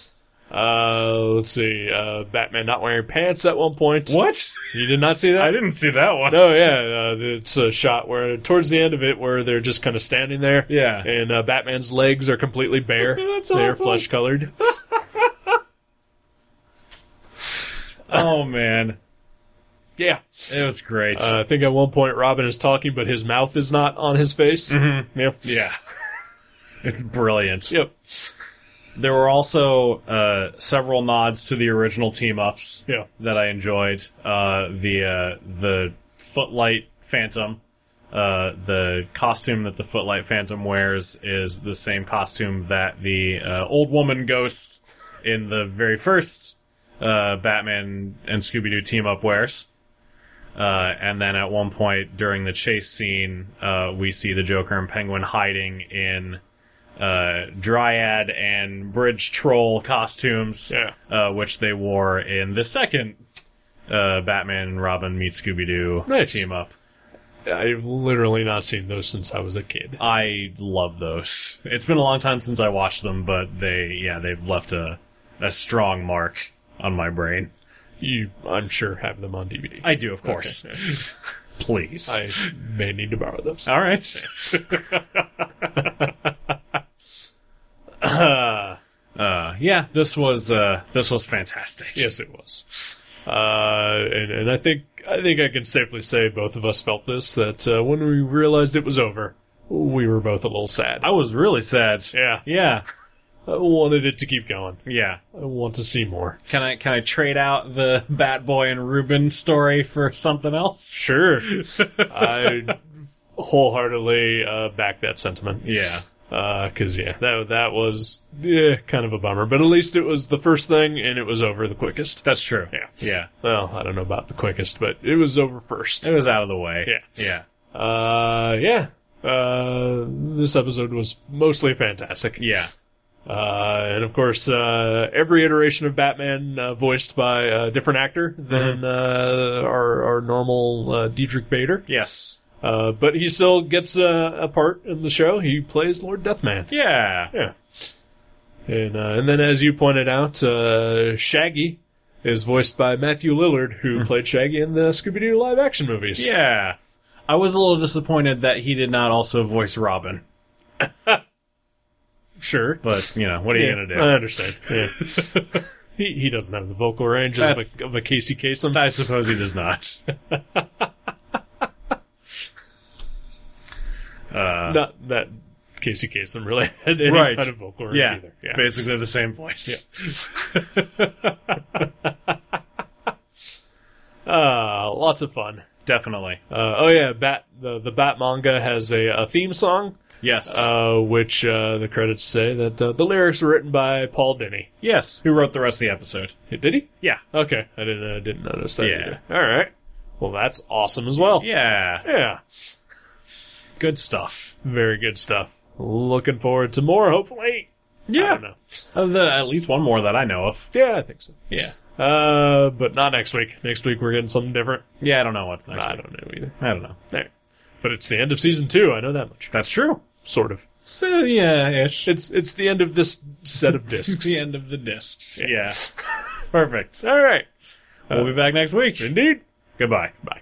Speaker 1: uh, let's see. Uh, Batman not wearing pants at one point.
Speaker 2: what?
Speaker 1: You did not see that?
Speaker 2: I didn't see that one.
Speaker 1: No, yeah, uh, it's a shot where towards the end of it, where they're just kind of standing there,
Speaker 2: Yeah,
Speaker 1: and uh, Batman's legs are completely bare.
Speaker 2: That's
Speaker 1: They're
Speaker 2: awesome.
Speaker 1: flesh colored.
Speaker 2: oh man,
Speaker 1: yeah,
Speaker 2: it was great.
Speaker 1: uh, I think at one point Robin is talking, but his mouth is not on his face. Mm-hmm. Yep.
Speaker 2: yeah, [laughs] it's brilliant.
Speaker 1: Yep.
Speaker 2: There were also uh, several nods to the original team ups.
Speaker 1: Yeah.
Speaker 2: that I enjoyed. Uh, the uh, the Footlight Phantom uh, the costume that the Footlight Phantom wears is the same costume that the uh, old woman ghost in the very first uh, Batman and Scooby Doo team up wears. Uh, and then at one point during the chase scene, uh, we see the Joker and Penguin hiding in uh, Dryad and Bridge Troll costumes,
Speaker 1: Yeah.
Speaker 2: uh, which they wore in the second uh, Batman and Robin meet Scooby Doo
Speaker 1: Nice.
Speaker 2: team up.
Speaker 1: I've literally not seen those since I was a kid.
Speaker 2: I love those. It's been a long time since I watched them, but they, yeah, they've left a a strong mark on my brain.
Speaker 1: You, I'm sure, have them on DVD.
Speaker 2: I do, of course. [laughs] Please.
Speaker 1: [laughs] I may need to borrow those.
Speaker 2: All right. [laughs]
Speaker 1: [laughs]
Speaker 2: uh, yeah, this was uh, this was fantastic.
Speaker 1: Yes, it was. Uh, and, and I think I think I can safely say both of us felt this that uh, when we realized it was over, we were both a little sad.
Speaker 2: I was really sad.
Speaker 1: Oh, yeah,
Speaker 2: Yeah,
Speaker 1: I wanted it to keep going.
Speaker 2: yeah.
Speaker 1: I want to see more.
Speaker 2: Can I can I trade out the Bat Boy and Ruben story for something else?
Speaker 1: Sure, [laughs] I wholeheartedly uh, back that sentiment.
Speaker 2: Yeah,
Speaker 1: because yeah, that that was yeah, kind of a bummer. But at least it was the first thing, and it was over the quickest.
Speaker 2: that's true.
Speaker 1: Yeah.
Speaker 2: yeah.
Speaker 1: Well, I don't know about the quickest, but it was over first.
Speaker 2: It was out of the way.
Speaker 1: Yeah.
Speaker 2: yeah,
Speaker 1: Uh, yeah. Uh, this episode was mostly fantastic.
Speaker 2: yeah.
Speaker 1: Uh, and of course, uh, every iteration of Batman uh, voiced by a different actor than
Speaker 2: Mm-hmm.
Speaker 1: uh, our our normal uh, Diedrich Bader.
Speaker 2: Yes.
Speaker 1: Uh, but he still gets a, a part in the show. He plays Lord Deathman.
Speaker 2: Yeah.
Speaker 1: Yeah. And uh, and then, as you pointed out, uh, Shaggy is voiced by Matthew Lillard, who played Shaggy in the Scooby Doo live action movies.
Speaker 2: Mm-hmm. Yeah. I was a little disappointed that he did not also voice Robin.
Speaker 1: sure.
Speaker 2: But, you know, what are
Speaker 1: Yeah,
Speaker 2: you going to do?
Speaker 1: I understand. Yeah.
Speaker 2: [laughs]
Speaker 1: he he doesn't have the vocal range of
Speaker 2: That's-
Speaker 1: a, of a Casey Kasem.
Speaker 2: I suppose he does not. [laughs] uh,
Speaker 1: Not that Casey Kasem really had any
Speaker 2: Right.
Speaker 1: kind of vocal range
Speaker 2: yeah,
Speaker 1: either. Yeah.
Speaker 2: basically the same voice.
Speaker 1: Uh, lots of fun.
Speaker 2: [laughs] Definitely.
Speaker 1: Uh, oh yeah, Bat the the Bat manga has a, a theme song,
Speaker 2: Yes.
Speaker 1: uh, which uh, the credits say that uh, the lyrics were written by Paul Denny.
Speaker 2: yes. Who wrote the rest of the episode?
Speaker 1: Did he?
Speaker 2: Yeah.
Speaker 1: Okay, I didn't uh, didn't notice that.
Speaker 2: Yeah.
Speaker 1: Either. All right. Well, that's awesome as well.
Speaker 2: Oh. Yeah.
Speaker 1: Yeah.
Speaker 2: Good stuff.
Speaker 1: Very good stuff. Looking forward to more. Hopefully. I don't know.
Speaker 2: Uh, the, at least one more that I know of.
Speaker 1: Yeah, I think so.
Speaker 2: Yeah.
Speaker 1: Uh, but not next week. Next week we're getting something different.
Speaker 2: Yeah, I don't know what's next.
Speaker 1: I
Speaker 2: week.
Speaker 1: don't know either.
Speaker 2: I don't know.
Speaker 1: There. But it's the end of season two. I know that much.
Speaker 2: That's true.
Speaker 1: Sort of.
Speaker 2: So, yeah, ish.
Speaker 1: It's it's the end of this set
Speaker 2: [laughs]
Speaker 1: of discs.
Speaker 2: the end of the discs. Yeah. Perfect.
Speaker 1: All right.
Speaker 2: We'll be back next week.
Speaker 1: Indeed.
Speaker 2: Goodbye. Bye.